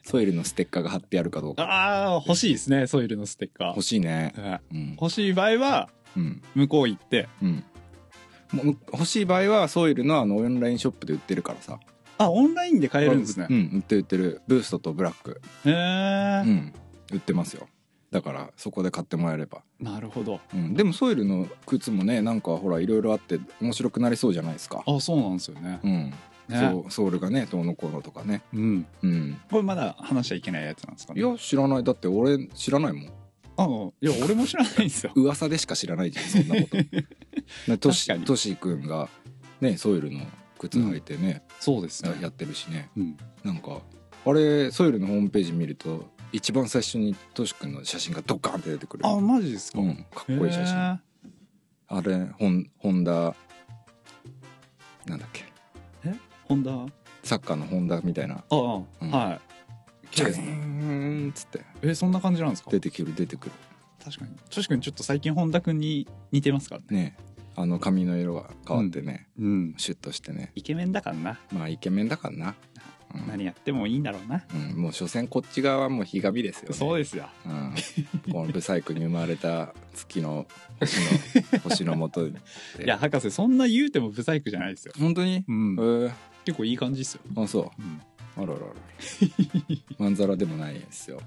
Speaker 1: ソイルのステッカーが貼ってあるかどうか
Speaker 2: ああ、欲しいですね。ソイルのステッカ
Speaker 1: 欲
Speaker 2: ー。
Speaker 1: しいね
Speaker 2: うん
Speaker 1: うん
Speaker 2: 欲しい場合は、
Speaker 1: うん
Speaker 2: 向こう行って。
Speaker 1: うんもう欲しい場合はソイルのあのオンラインショップで売ってるからさ
Speaker 2: あ、オンラインで買えるんですね
Speaker 1: う。ん売ってる売ってるブーストとブラック
Speaker 2: へ
Speaker 1: う
Speaker 2: え。
Speaker 1: ん売ってますよだからそこで買ってもらえれば
Speaker 2: なるほど。
Speaker 1: うん、でもソイルの靴もねなんかほらいろいろあって面白くなりそうじゃないですか
Speaker 2: あ、そうなんですよね。
Speaker 1: うん
Speaker 2: ね。
Speaker 1: そうソウルがねどうのこうのとかね
Speaker 2: うん。
Speaker 1: うん
Speaker 2: これまだ話しちゃいけないやつなんですか
Speaker 1: い
Speaker 2: ね。
Speaker 1: や知らないだって俺知らないもん。
Speaker 2: あのいや、俺も知らないんですよ
Speaker 1: 噂でしか知らないじゃんそんなこ とねトシ
Speaker 2: 確かに
Speaker 1: トシ君がねソイルの靴履いてね、
Speaker 2: そうです
Speaker 1: やってるしね
Speaker 2: うん。
Speaker 1: なんかあれソイルのホームページ見ると一番最初にトシ君の写真がドカーンって出てく る
Speaker 2: あ、マジですか。
Speaker 1: うん、かっこいい写真
Speaker 2: へ
Speaker 1: あれホンホンダなんだっけ
Speaker 2: え。ホンダ。あ
Speaker 1: サッカーのホンダみたいな
Speaker 2: あ、
Speaker 1: うん
Speaker 2: は
Speaker 1: ジャズーンっつって
Speaker 2: い。え、そんな感じなんですか。
Speaker 1: 出てくる出てくる
Speaker 2: 確かに。トシ君ちょっと最近本田君に似てますからね。
Speaker 1: ねあの髪の色が変わってね、
Speaker 2: うん。
Speaker 1: シュッとしてね
Speaker 2: イケメンだからな。
Speaker 1: まあイケメンだからな、
Speaker 2: 何やってもいいんだろうな。
Speaker 1: うんもう所詮こっち側はもうひがみですよ、ね、
Speaker 2: そう
Speaker 1: で
Speaker 2: ですよ。
Speaker 1: す、ん、このブサイクに生まれた月の星 の星の元で
Speaker 2: いや、博士、そんな言うても不細工じゃないですよ。
Speaker 1: 本当に
Speaker 2: うん
Speaker 1: えー、
Speaker 2: 結構いい感じですよ。
Speaker 1: あそう
Speaker 2: うん。
Speaker 1: あららら らまんざらでもないですよ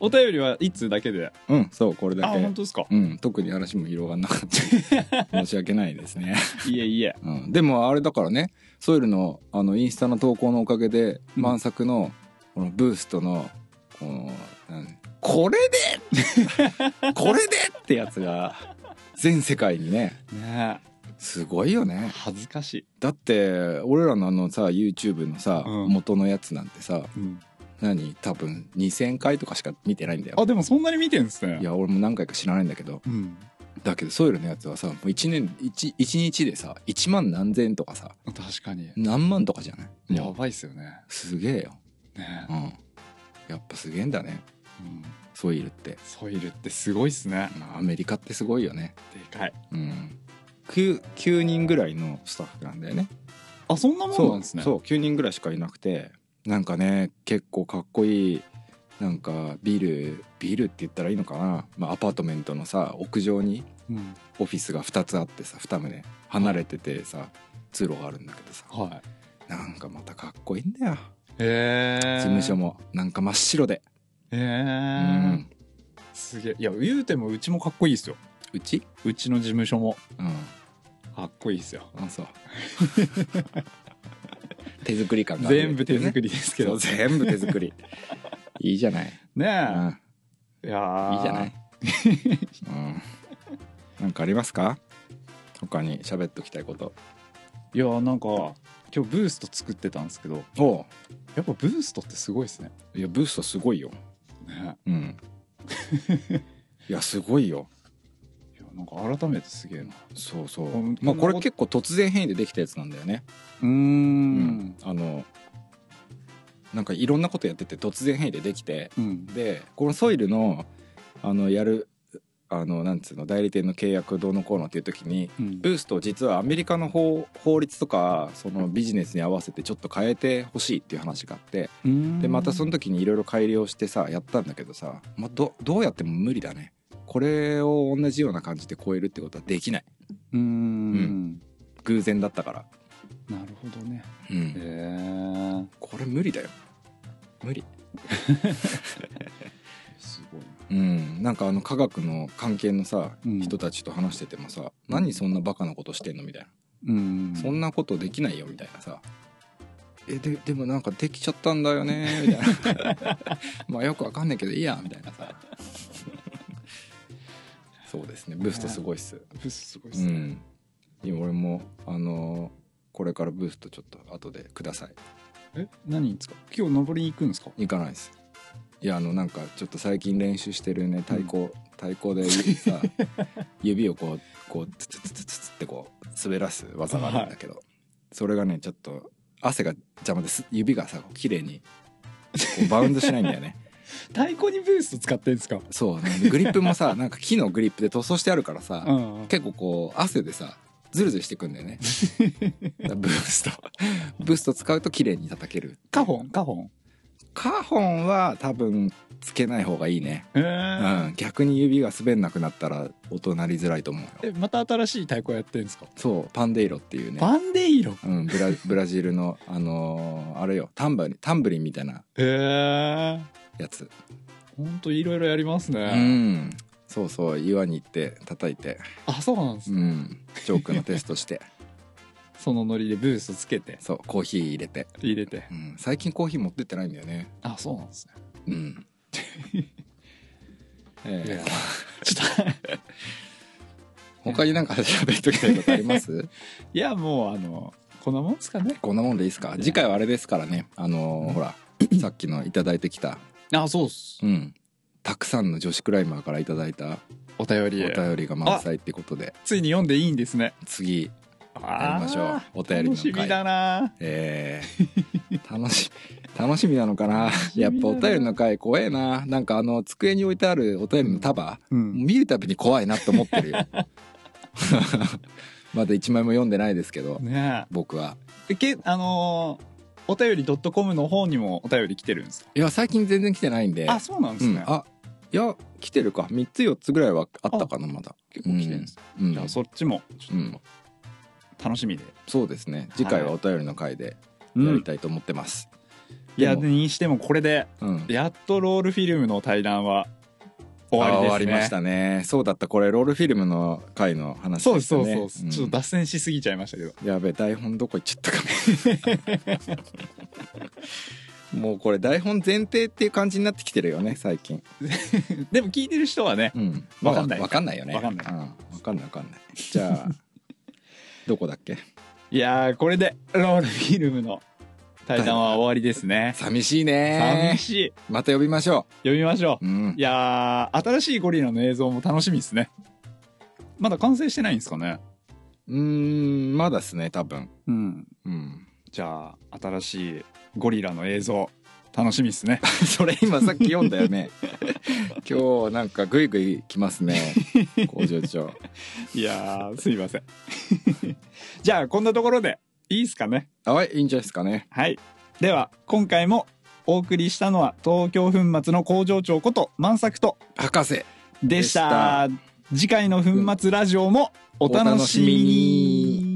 Speaker 2: お便りは一通だけで。
Speaker 1: うんそうこれ
Speaker 2: あ、
Speaker 1: だけ
Speaker 2: 本当ですか。
Speaker 1: うん特に嵐も色がなか った申し訳ないですね
Speaker 2: いえいえ。
Speaker 1: うん、でもあれだからねソイルのあのインスタの投稿のおかげで
Speaker 2: うん
Speaker 1: 満作のこのブーストのこのなんこれで これでってやつが全世界にね
Speaker 2: ね
Speaker 1: すごいよ
Speaker 2: え
Speaker 1: ね
Speaker 2: 恥ずかしい。
Speaker 1: だって俺らのあのさ YouTube のさ、
Speaker 2: うん
Speaker 1: 元のやつなんてさ
Speaker 2: うん。
Speaker 1: 何多分2,000回とかしか見てないんだよ
Speaker 2: あ、でもそんなに見てんですね。
Speaker 1: いや俺も何回か知らないんだけど
Speaker 2: うん。
Speaker 1: だけどソイルのやつはさもう1年 1, 日でさ1万何千とかさ
Speaker 2: 確かに。
Speaker 1: 何万とかじゃない
Speaker 2: や
Speaker 1: もう
Speaker 2: ばいっすよね。
Speaker 1: すげえよ
Speaker 2: ね
Speaker 1: う
Speaker 2: え、
Speaker 1: ん、やっぱすげえんだね
Speaker 2: うん。
Speaker 1: ソイルって、
Speaker 2: ソイルってすごいっすね。
Speaker 1: まあ、アメリカってすごいよね、
Speaker 2: でかい。
Speaker 1: うん、9, 9人ぐらいのスタッフなんだよね
Speaker 2: あ、そんなもんなんですね。
Speaker 1: そう9人ぐらいしかいなくてなんかね結構かっこいいなんかビルビルって言ったらいいのかな、まあ、アパートメントのさ屋上に
Speaker 2: うん。
Speaker 1: オフィスが2つあってさ2棟離れててさ通路があるんだけどさ
Speaker 2: はい。
Speaker 1: なんかまたかっこいいんだよ
Speaker 2: ええ
Speaker 1: 事務所。もなんか真っ白で、
Speaker 2: ええ
Speaker 1: うん、
Speaker 2: すげえ。いや、言うてもうちもかっこいいっすよ。
Speaker 1: うち、
Speaker 2: うちの事務所も
Speaker 1: うん、
Speaker 2: かっこいいっすよ。
Speaker 1: あそう 手作り感がある
Speaker 2: 全部手作りですけ
Speaker 1: そ
Speaker 2: ど
Speaker 1: う。全部手作 りいいじゃない、
Speaker 2: ね
Speaker 1: う
Speaker 2: え。
Speaker 1: ん、
Speaker 2: いやー
Speaker 1: いいじゃ ない。うん、なんかありますか他に喋っときたいこと
Speaker 2: いやーなんか今日ブースト作ってたんですけど
Speaker 1: おう
Speaker 2: やっぱブーストってすごいですね
Speaker 1: いやブーストすごいよ
Speaker 2: ね
Speaker 1: うん。いや、すごいよ。
Speaker 2: いやなんか改めてすげえな
Speaker 1: そうそう
Speaker 2: うん。
Speaker 1: まあ、これ結構突然変異でできたやつなんだよね。
Speaker 2: うー
Speaker 1: うんあの、なんかいろんなことやってて突然変異でできて、
Speaker 2: うん
Speaker 1: で、このソイルの、あの、やる、あの、なんつうの、代理店の契約どうのこうのっていう時に、
Speaker 2: うん
Speaker 1: ブーストを実はアメリカの法法律とかそのビジネスに合わせてちょっと変えてほしいっていう話があって
Speaker 2: うん
Speaker 1: でまたその時にいろいろ改良してさやったんだけどさ、まあ、どどうやっても無理だねこれを同じような感じで超えるってことはできないう
Speaker 2: ーん
Speaker 1: 偶然だったから、
Speaker 2: なるほどね
Speaker 1: う
Speaker 2: へえ
Speaker 1: ん、これ無理だよ無理
Speaker 2: すごいな
Speaker 1: うんなんかあの科学の関係のさ、
Speaker 2: うん
Speaker 1: 人たちと話しててもさ何そんなバカなことしてんのみたいな、
Speaker 2: うん
Speaker 1: そんなことできないよみたいなさえででもなんかできちゃったんだよねみたいな まあよくわかんないけどいいやみたいなさそうですねブーストすごいっす、
Speaker 2: ブーストすごいで
Speaker 1: う
Speaker 2: すね、
Speaker 1: ん今俺もあのーこれからブーストちょっと後でください
Speaker 2: え何ですか今日登りに行くんですか
Speaker 1: 行かないですいやあのなんかちょっと最近練習してるね太鼓、太鼓で さ指をこうこうツツツツツツってこう滑らす技があるんだけど、それがねちょっと汗が邪魔です指がさこう綺麗にこうバウンドしないんだ よね
Speaker 2: 太鼓にブースト使ってんですか
Speaker 1: そうねグリップもさなんか木のグリップで塗装してあるからさ、
Speaker 2: うん
Speaker 1: 結構こう汗でさズルズルしてくんだ よねだからブーストブースト使うと綺麗に叩ける
Speaker 2: カホンカホン
Speaker 1: カホンは多分つけない方がいいね
Speaker 2: え
Speaker 1: うん、逆に指が滑んなくなったら音鳴りづらいと思うよ
Speaker 2: えまた新しい太鼓やってんですか
Speaker 1: そうパンデイロっていうね、
Speaker 2: バンデイロ
Speaker 1: うん、ブラブラジルのあのーあれよタンバリンタンブリンみたいな
Speaker 2: へえ
Speaker 1: やつ
Speaker 2: ほんといろいろやりますね、
Speaker 1: うんそうそう岩に行って叩いて、
Speaker 2: あそうなんです
Speaker 1: う
Speaker 2: ね、
Speaker 1: ん、ジョークのテストして
Speaker 2: そのノリでブーストつけて
Speaker 1: そうコーヒー入れて、
Speaker 2: 入れて
Speaker 1: うん、最近コーヒー持ってってないんだよね
Speaker 2: あそうなんですね
Speaker 1: うん
Speaker 2: いや
Speaker 1: ええ
Speaker 2: ちょっと
Speaker 1: 他になんか喋っときたいことあります
Speaker 2: いやもうあのこんなもんですかね
Speaker 1: こんなもんでいいですか次回はあれですからねあのーほらさっきのいただいてきた
Speaker 2: あそうっす
Speaker 1: うん、たくさんの女子クライマーからいただいた
Speaker 2: お便
Speaker 1: お
Speaker 2: り
Speaker 1: 便りが満載ってことで
Speaker 2: ついに読んでいいんですね
Speaker 1: 次や
Speaker 2: あ
Speaker 1: りましょうお便り
Speaker 2: 楽
Speaker 1: の
Speaker 2: しみだ
Speaker 1: 回
Speaker 2: な
Speaker 1: えー 楽し楽しみなのかな
Speaker 2: みだ
Speaker 1: やっ
Speaker 2: な
Speaker 1: ぱお便りの回怖えななんかあの机に置いてあるお便りの束、
Speaker 2: うん
Speaker 1: 見るたびに怖いなと思っ てるよ まだ一枚も読んでないですけど
Speaker 2: ね
Speaker 1: 僕は
Speaker 2: えけあのーお便り .com の方にもお便り来てるんですか
Speaker 1: いや最近全然来てないんで
Speaker 2: あそうなんですね、
Speaker 1: うんあいや来てるか3つ4つぐらいはあったかなまだ
Speaker 2: 結構来てるんですね、
Speaker 1: うん
Speaker 2: じゃあそっちもちょ
Speaker 1: う
Speaker 2: っ
Speaker 1: ん
Speaker 2: と楽しみで、
Speaker 1: そうですね次回はお便りの回でやりたいと思ってます、
Speaker 2: いや
Speaker 1: でも
Speaker 2: にしてもこれで
Speaker 1: うん
Speaker 2: やっとロールフィルムの対談は終わり
Speaker 1: あ
Speaker 2: ですね
Speaker 1: ー終わりましたねそうだったこれロールフィルムの回の話
Speaker 2: そう
Speaker 1: で
Speaker 2: です
Speaker 1: した
Speaker 2: そう
Speaker 1: ね
Speaker 2: そうです、ちょっと脱線しすぎちゃいましたけど
Speaker 1: うんやべえ台本どこ行っちゃったか なもうこれ台本前提っていう感じになってきてるよね最近
Speaker 2: でも聞いてる人はね
Speaker 1: うん
Speaker 2: わかんない
Speaker 1: わかんないよね
Speaker 2: わかんない
Speaker 1: うん、わかんないわかんないじゃ あどこだっけ
Speaker 2: いやーこれでロールフィルムの対談は終わりですね
Speaker 1: 寂し
Speaker 2: 寂
Speaker 1: いね
Speaker 2: しい
Speaker 1: また呼びましょ
Speaker 2: 読みましょ
Speaker 1: ううん
Speaker 2: ういやー新しいゴリラの映像も楽しみですねまだ完成してないんですかね
Speaker 1: うーんまだっすね多分
Speaker 2: うん
Speaker 1: うん
Speaker 2: じゃあ新しいゴリラの映像楽しみですね
Speaker 1: それ今さっき読んだよね今日なんかグイグイ来ますね工場長
Speaker 2: いやーすいません じゃあこんなところでいいですかね
Speaker 1: あはいいいんじゃないですかね
Speaker 2: はい。では、今回もお送りしたのは、東京粉末の工場長こと万作と
Speaker 1: 博士
Speaker 2: でした。次回の粉末ラジオもお楽しみ
Speaker 1: お楽しみ
Speaker 2: に
Speaker 1: に。